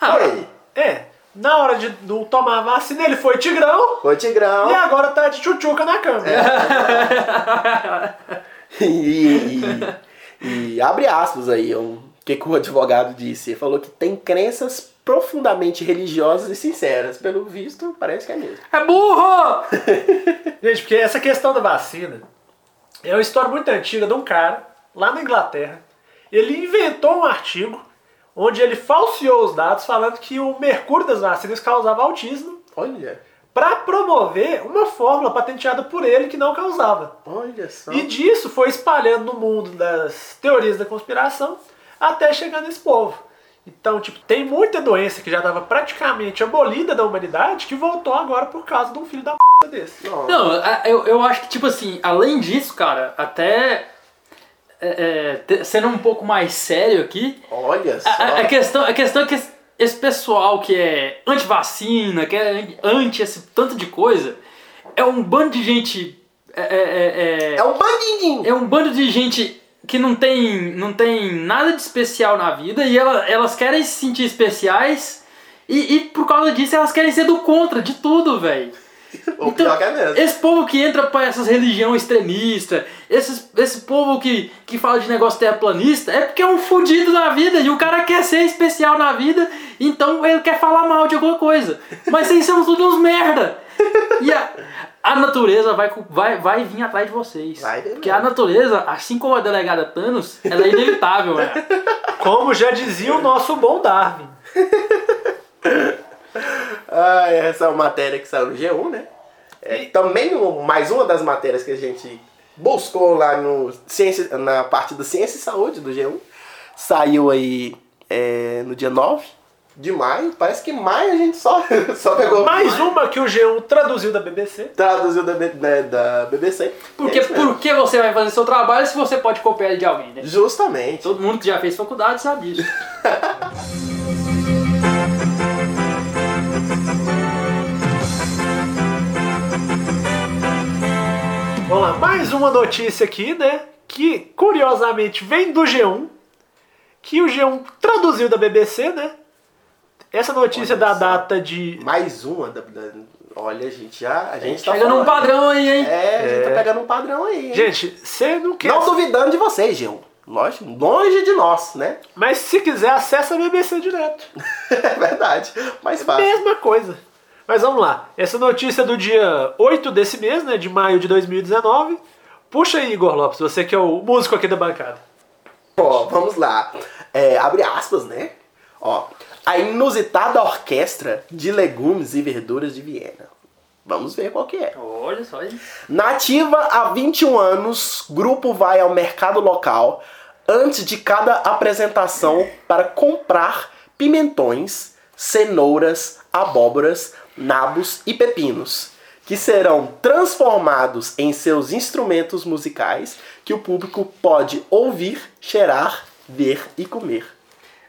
Ah,
Foi aí.
É, na hora de não tomar a vacina, ele foi tigrão
Foi tigrão.
e agora tá de tchutchuca na cama.
e, e- e abre aspas aí, o que, que o advogado disse. Ele falou que tem crenças profundamente religiosas e sinceras. Pelo visto, parece que é mesmo.
É burro!
Gente, porque essa questão da vacina é uma história muito antiga de um cara lá na Inglaterra. Ele inventou um artigo onde ele falseou os dados falando que o mercúrio das vacinas causava autismo
Olha,
para promover uma fórmula patenteada por ele que não causava.
olha só.
E disso foi espalhando no mundo das teorias da conspiração até chegar nesse povo. Então, tipo, tem muita doença que já estava praticamente abolida da humanidade que voltou agora por causa de um filho da p desse.
Nossa.
Não, a- eu, eu acho que, tipo assim, além disso, cara, até é, é, te- sendo um pouco mais sério aqui,
Olha só.
a, a- a questão, a questão é que esse- esse pessoal que é anti-vacina, que é anti esse tanto de coisa, é um bando de gente. É, é, é,
É um bandidinho.
é um bando de gente que não tem, não tem nada de especial na vida e ela- elas querem se sentir especiais e, e por causa disso elas querem ser do contra de tudo, velho. Então
O pior que é mesmo.
Esse povo que entra pra essas religião extremista, esses, esse povo que, que fala de negócio terraplanista, é porque é um fudido na vida e o cara quer ser especial na vida, então ele quer falar mal de alguma coisa. Mas vocês são todos uns merda! E a, a natureza vai, cu- vai, vai vir atrás de vocês.
Vai mesmo.
porque a natureza, assim como a delegada Thanos, ela é inevitável, né?
Como já dizia o nosso bom Darwin.
Ah, essa é uma matéria que saiu no G1, né? É, Também um- mais uma das matérias que a gente buscou lá no ciência, na parte da ciência e saúde do G1. Saiu aí é, no dia 9 de maio. Parece que maio a gente só, só pegou.
Mais
um.
uma que o G1 traduziu da BBC.
Traduziu da, B- né, da BBC.
Porque
É isso mesmo.
por que você vai fazer seu trabalho se você pode copiar ele de alguém, né?
Justamente.
Todo mundo que já fez faculdade sabe disso. Tá
Vamos lá, mais uma notícia aqui, né? Que curiosamente vem do G1. Que o G1 traduziu da BBC, né? Essa notícia
Olha
da
só.
data de
Mais uma da, da- Olha, a gente já. A gente tá
Chega num
falando.
um padrão aí, hein?
É, a gente tá pegando um padrão aí. hein?
Gente, você não quer.
Não duvidando de vocês, G1. Lógico, longe de nós, né?
Mas se quiser, acessa a BBC direto.
É verdade. Mais fácil.
Mesma coisa. Mas vamos lá. Essa notícia é do dia 8 desse mês, né? De maio de 2019. Puxa aí, Igor Lopes, você que é o músico aqui da bancada.
Ó, vamos lá. É, abre aspas, né? Ó. A inusitada orquestra de legumes e verduras de Viena. Vamos ver qual que é.
Olha só isso.
Nativa há 21 anos, grupo vai ao mercado local antes de cada apresentação para comprar pimentões, cenouras, abóboras, nabos e pepinos, que serão transformados em seus instrumentos musicais que o público pode ouvir, cheirar, ver e comer.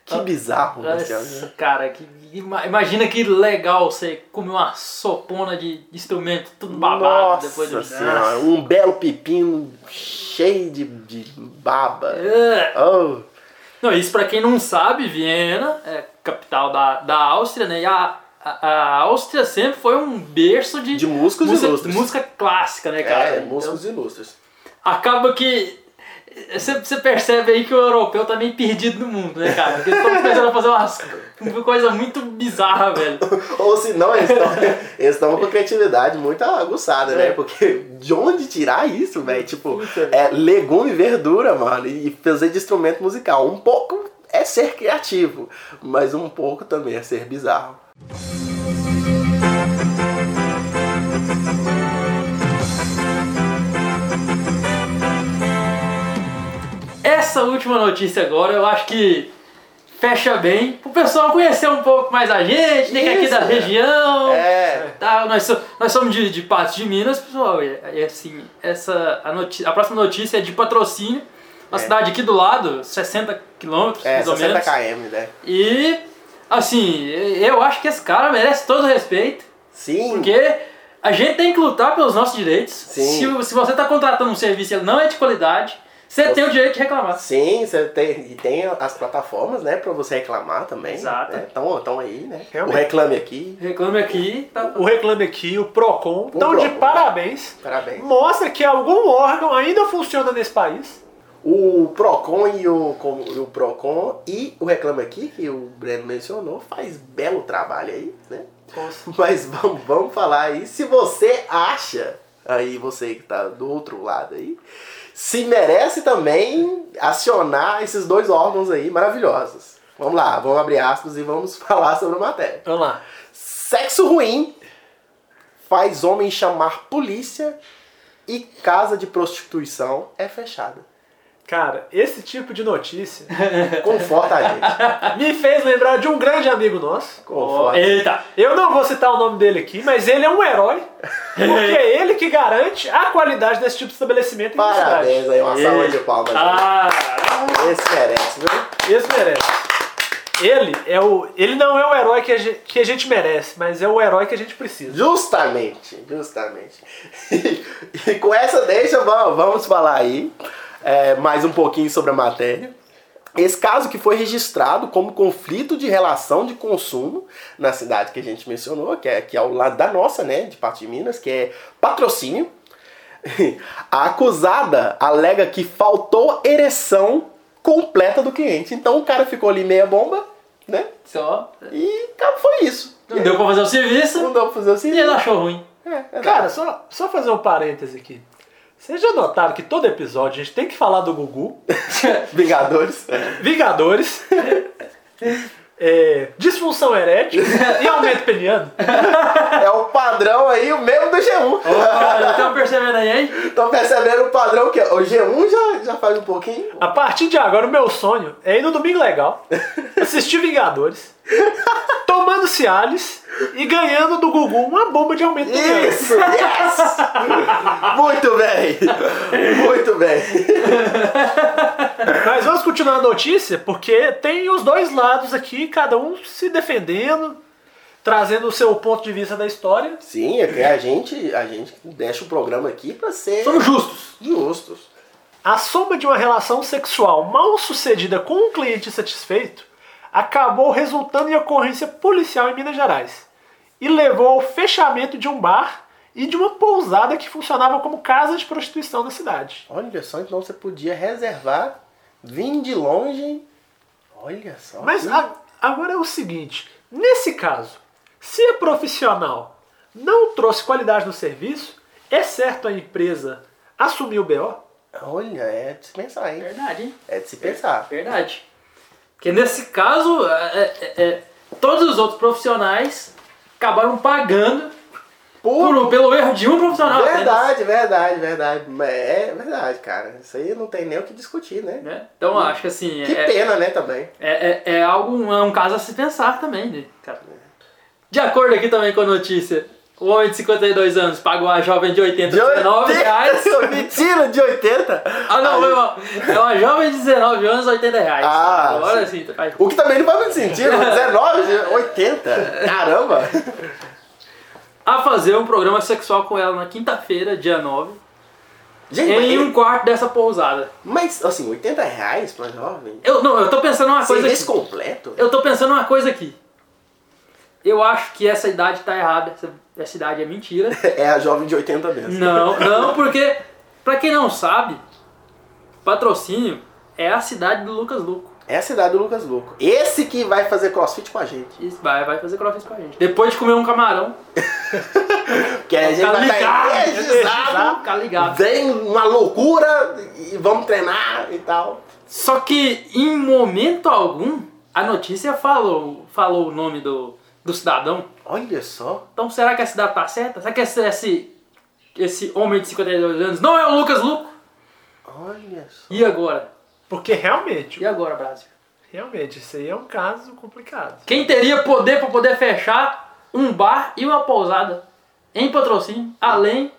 Que bizarro, né,
Ah, Nossa,
Thiago?
cara, que, ima- imagina que legal você comer uma sopona de instrumento tudo babado
Nossa
depois do
senhora, um belo pepino cheio de, de baba.
É.
Oh.
Não, isso pra quem não sabe, Viena é capital da, da Áustria, né? E a, a, a Áustria sempre foi um berço de,
De músicos
música,
ilustres.
música clássica, né, cara?
É,
Então,
músicos ilustres.
acaba que você você percebe aí que o europeu tá meio perdido no mundo, né, cara? Porque eles estão começando a fazer umas, uma coisa muito bizarra, velho.
Ou se não, eles estão- eles estão com a criatividade muito aguçada, né? Porque de onde tirar isso, velho? Tipo, é legume e verdura, mano, e fazer de instrumento musical. Um pouco é é ser criativo, mas um pouco também é ser bizarro.
Essa última notícia agora, eu acho que fecha bem. Pro pessoal conhecer um pouco mais a gente, tem que aqui
Isso,
da
é.
região.
É,
Tá, nós, so- nós somos de, de Patos de Minas, pessoal. E, e assim, essa, a, noti- a próxima notícia é de patrocínio. Uma cidade aqui do lado, 60 quilômetros,
é
mais ou
60
menos.
km, né?
E, assim, eu acho que esse cara merece todo o respeito.
Sim.
Porque a gente tem que lutar pelos nossos direitos.
Sim.
Se, se você está contratando um serviço e ele não é de qualidade, você
Você-
tem o direito de reclamar.
Sim, você tem, e tem as plataformas, né, pra você reclamar também.
Exato.
Estão aí, né?
Realmente.
O Reclame Aqui,
Reclame aqui, tá?
O Reclame Aqui, o Procon, estão de
Procon.
parabéns.
parabéns.
Mostra que algum órgão ainda funciona nesse país.
O Procon e o, com- e o Procon e o Reclame Aqui, que o Breno mencionou, faz belo trabalho aí, né? Mas vamos, vamos falar aí. Se você acha, aí você que tá do outro lado aí, se merece também acionar esses dois órgãos aí maravilhosos. Vamos lá, vamos abrir aspas e vamos falar sobre a matéria.
Vamos lá.
Sexo ruim faz homem chamar polícia e casa de prostituição é fechada.
Cara, esse tipo de notícia
Conforta a gente.
me fez lembrar de um grande amigo nosso.
Conforta.
Eita!
Eu não vou citar o nome dele aqui, mas ele é um herói, porque é ele que garante a qualidade desse tipo de estabelecimento em minha
Parabéns aí, uma salva de palmas.
Ah,
Esse merece, viu?
cidade. Esse merece. Ele é o. Ele não é o herói que a gente, que a gente merece, mas é o herói que a gente precisa.
Justamente, justamente. E, com essa deixa, vamos, vamos falar aí é, mais um pouquinho sobre a matéria. Esse caso que foi registrado como conflito de relação de consumo na cidade que a gente mencionou, que é, que é ao lado da nossa, né, de parte de Minas, que é patrocínio. A acusada alega que faltou ereção completa do cliente. Então o cara ficou ali meia bomba, né?
só.
E cara, foi isso.
Não deu pra fazer o
Não
serviço
deu pra fazer o
e
serviço.
ele achou ruim.
É, é
Cara, só, só fazer um parêntese aqui. Vocês já notaram que todo episódio a gente tem que falar do Gugu,
Vingadores.
Vingadores, é, disfunção erétil e aumento peniano?
É o padrão aí, o mesmo do G1.
Estão tá percebendo aí, hein?
Estão percebendo o padrão que é. o G1 já, já faz um pouquinho.
A partir de agora, o meu sonho é ir no Domingo Legal, assistir Vingadores, tomando Cialis e ganhando do Gugu uma bomba de aumento peniano.
Isso! Yes! Muito bem! Muito bem!
Mas vamos continuar a notícia, porque tem os dois lados aqui, cada um se defendendo, trazendo o seu ponto de vista da história.
Sim, é que a gente, a gente deixa o programa aqui pra ser
Somos justos.
justos.
A soma de uma relação sexual mal sucedida com um cliente satisfeito acabou resultando em ocorrência policial em Minas Gerais e levou ao fechamento de um bar e de uma pousada que funcionava como casa de prostituição na cidade.
Olha só, então você podia reservar, vir de longe. Olha só.
Mas a- agora é o seguinte: nesse caso, se a profissional não trouxe qualidade no serviço, é certo a empresa assumir o BO?
Olha, é de se pensar, hein?
Verdade, hein?
É de se pensar.
Verdade. Porque nesse caso, é- é- é, todos os outros profissionais acabaram pagando por- pelo erro de um profissional. apenas,
Verdade, verdade, verdade. Mas É verdade, cara. Isso aí não tem nem o que discutir, né?
né? Então acho que assim,
Que
é,
pena, né, também.
É, é, é algo, é um caso a se pensar também, né, cara? De acordo aqui também com a notícia, o homem de 52 anos pagou a jovem de 80 19 reais.
Mentira, de 80?
Ah, não, foi mal. É uma jovem de 19 anos, 80 reais.
Ah,
Agora sim, tá- vai.
O que também não faz muito sentido. 19, de 80. Caramba.
A fazer um programa sexual com ela na quinta-feira, dia 9,
Gente,
em um
mas,
quarto dessa pousada.
mas, assim, 80 reais pra jovem?
Eu, não, eu tô pensando uma coisa
Serviço
aqui.
completo?
Eu tô pensando uma coisa aqui. Eu acho que essa idade tá errada, essa- essa idade é mentira.
É a jovem de 80 mesmo.
Não, não, porque, pra quem não sabe, patrocínio é a cidade do Lucas Luco.
É a cidade do Lucas Louco. Esse que vai fazer crossfit com a gente.
E vai, vai fazer crossfit com a gente. Depois de comer um camarão,
Que a gente
fica
vai estar
ligado,
tá energizado.
fica ligado.
Vem uma loucura e vamos treinar e tal.
Só que em momento algum a notícia falou, falou o nome do, do cidadão.
Olha só.
Então será que a cidade tá certa? Será que esse, esse, esse homem de 52 anos não é o Lucas Luco?
Olha só.
E agora?
Porque realmente,
E agora, Brasil?
realmente, isso aí é um caso complicado.
Quem teria poder para poder fechar um bar e uma pousada em patrocínio, além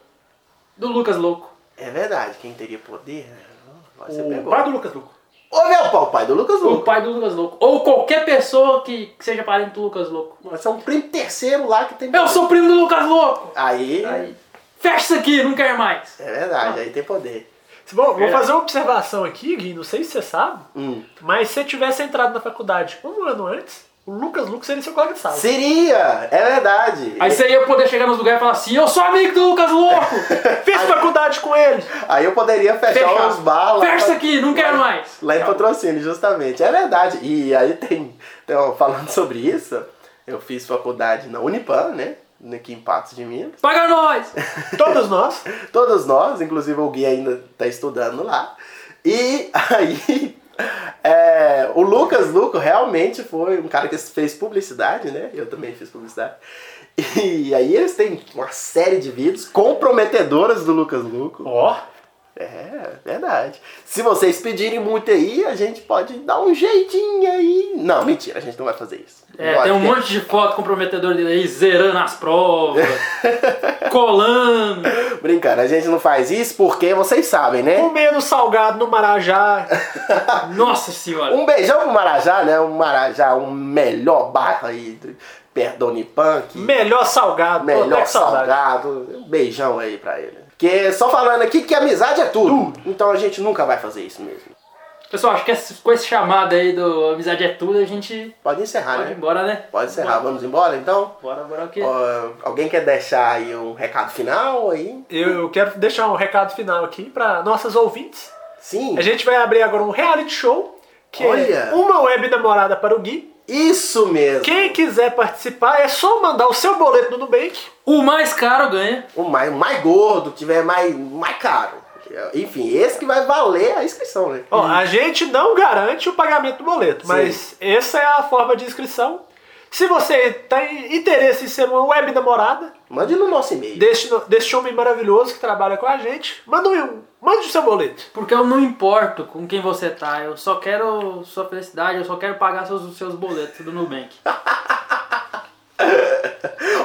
do Lucas Louco?
É verdade, quem teria poder, né? Agora Você
O
pegou.
pai do Lucas Luco.
Ô meu pau, pai do Lucas
O
Lucas.
pai do Lucas Louco. Ou qualquer pessoa que, que seja parente do Lucas Louco.
Mas são um primo terceiro lá que tem.
Eu sou primo do Lucas Louco!
Aí,
Aí, fecha isso aqui, não quero mais.
É verdade, aí tem poder.
Bom, vou
É.
Verdade.
fazer uma observação aqui, Gui, não sei se você sabe,
Hum.
mas se você tivesse entrado na faculdade um ano antes, o Lucas Luco seria seu colega de sala.
Seria! É verdade.
Aí você ia poder chegar nos lugares e falar assim: eu sou amigo do Lucas Louco!
Fiz faculdade com ele!
Aí eu poderia fechar
Fechar.
uns balas.
Fecha isso aqui, não quero mais.
Lá em patrocínio, justamente. É verdade. E aí tem. Então, falando sobre isso, eu fiz faculdade na Unipam, né? Aqui em Patos de Minas.
Paga nós!
Todos nós.
Todos nós, inclusive o Gui ainda tá estudando lá. E aí. é, o Lucas Luco realmente foi um cara que fez publicidade, né? Eu também fiz publicidade. E aí eles têm uma série de vídeos comprometedoras do Lucas Luco.
Ó,
É, verdade. Se vocês pedirem muito aí, a gente pode dar um jeitinho aí. Não, mentira, a gente não vai fazer isso.
É,
Não,
tem um
porque-
monte de foto comprometedora dele aí, zerando as provas, colando.
Brincando, a gente não faz isso porque vocês sabem, né?
comendo salgado no Marajá.
Nossa senhora!
Um beijão pro Marajá, né? O Marajá, o melhor bairro aí do Perdone Punk.
Melhor salgado. Pô, até
Melhor
que saudade.
salgado. Um beijão aí pra ele. Porque só falando aqui que amizade é tudo. Então a gente nunca vai fazer isso mesmo.
Pessoal, acho que esse- com esse chamado aí do Amizade é Tudo, a gente
Pode encerrar,
pode ir
né?
embora, né?
Pode encerrar. Vamos embora então?
Bora, bora o quê?
Ó, alguém quer deixar aí um recado final aí?
Eu eu quero deixar um recado final aqui para nossas ouvintes.
Sim.
A gente vai abrir agora um reality show, que
Olha!
é uma web namorada para o Gui.
Isso mesmo.
Quem quiser participar é só mandar o seu boleto no Nubank.
O mais caro ganha.
O mais, o mais gordo, que tiver mais, mais caro. Enfim, esse que vai valer a inscrição, né?
Ó, a gente não garante o pagamento do boleto,
Sim.
mas essa é a forma de inscrição. Se você tem interesse em ser uma web namorada
Mande no nosso e-mail.
deste, deste homem maravilhoso que trabalha com a gente, manda um, mande o seu boleto.
Porque eu não importo com quem você tá, eu só quero sua felicidade, eu só quero pagar seus, seus boletos do Nubank.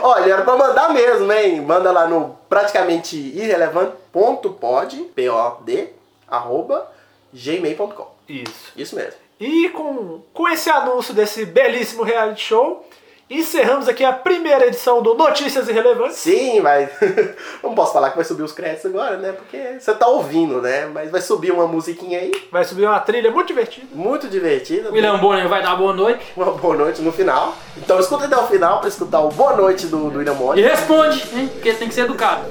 Olha, era pra mandar mesmo, hein? Manda lá no praticamente irrelevante.pod, P-O-D, arroba, gmail.com.
Isso.
Isso mesmo.
E com, com esse anúncio desse belíssimo reality show, encerramos aqui a primeira edição do Notícias Irrelevantes.
Sim, mas não posso falar que vai subir os créditos agora, né? Porque você tá ouvindo, né? Mas vai subir uma musiquinha aí,
Vai subir uma trilha muito divertida.
muito divertida.
William Bonner vai dar boa noite
Uma boa noite no final. Então escuta até o final pra escutar o Boa Noite do, do William
e
Bonner.
responde, hein? Porque tem que ser educado.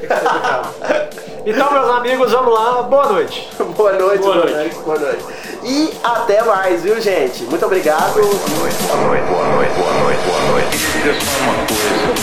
Então, meus amigos, vamos lá. Boa noite.
Boa noite, boa,
Boa
noite.
noite.
boa noite. E até mais, viu, gente? Muito obrigado.
Boa noite, boa noite, boa noite, boa noite. Isso é só uma coisa.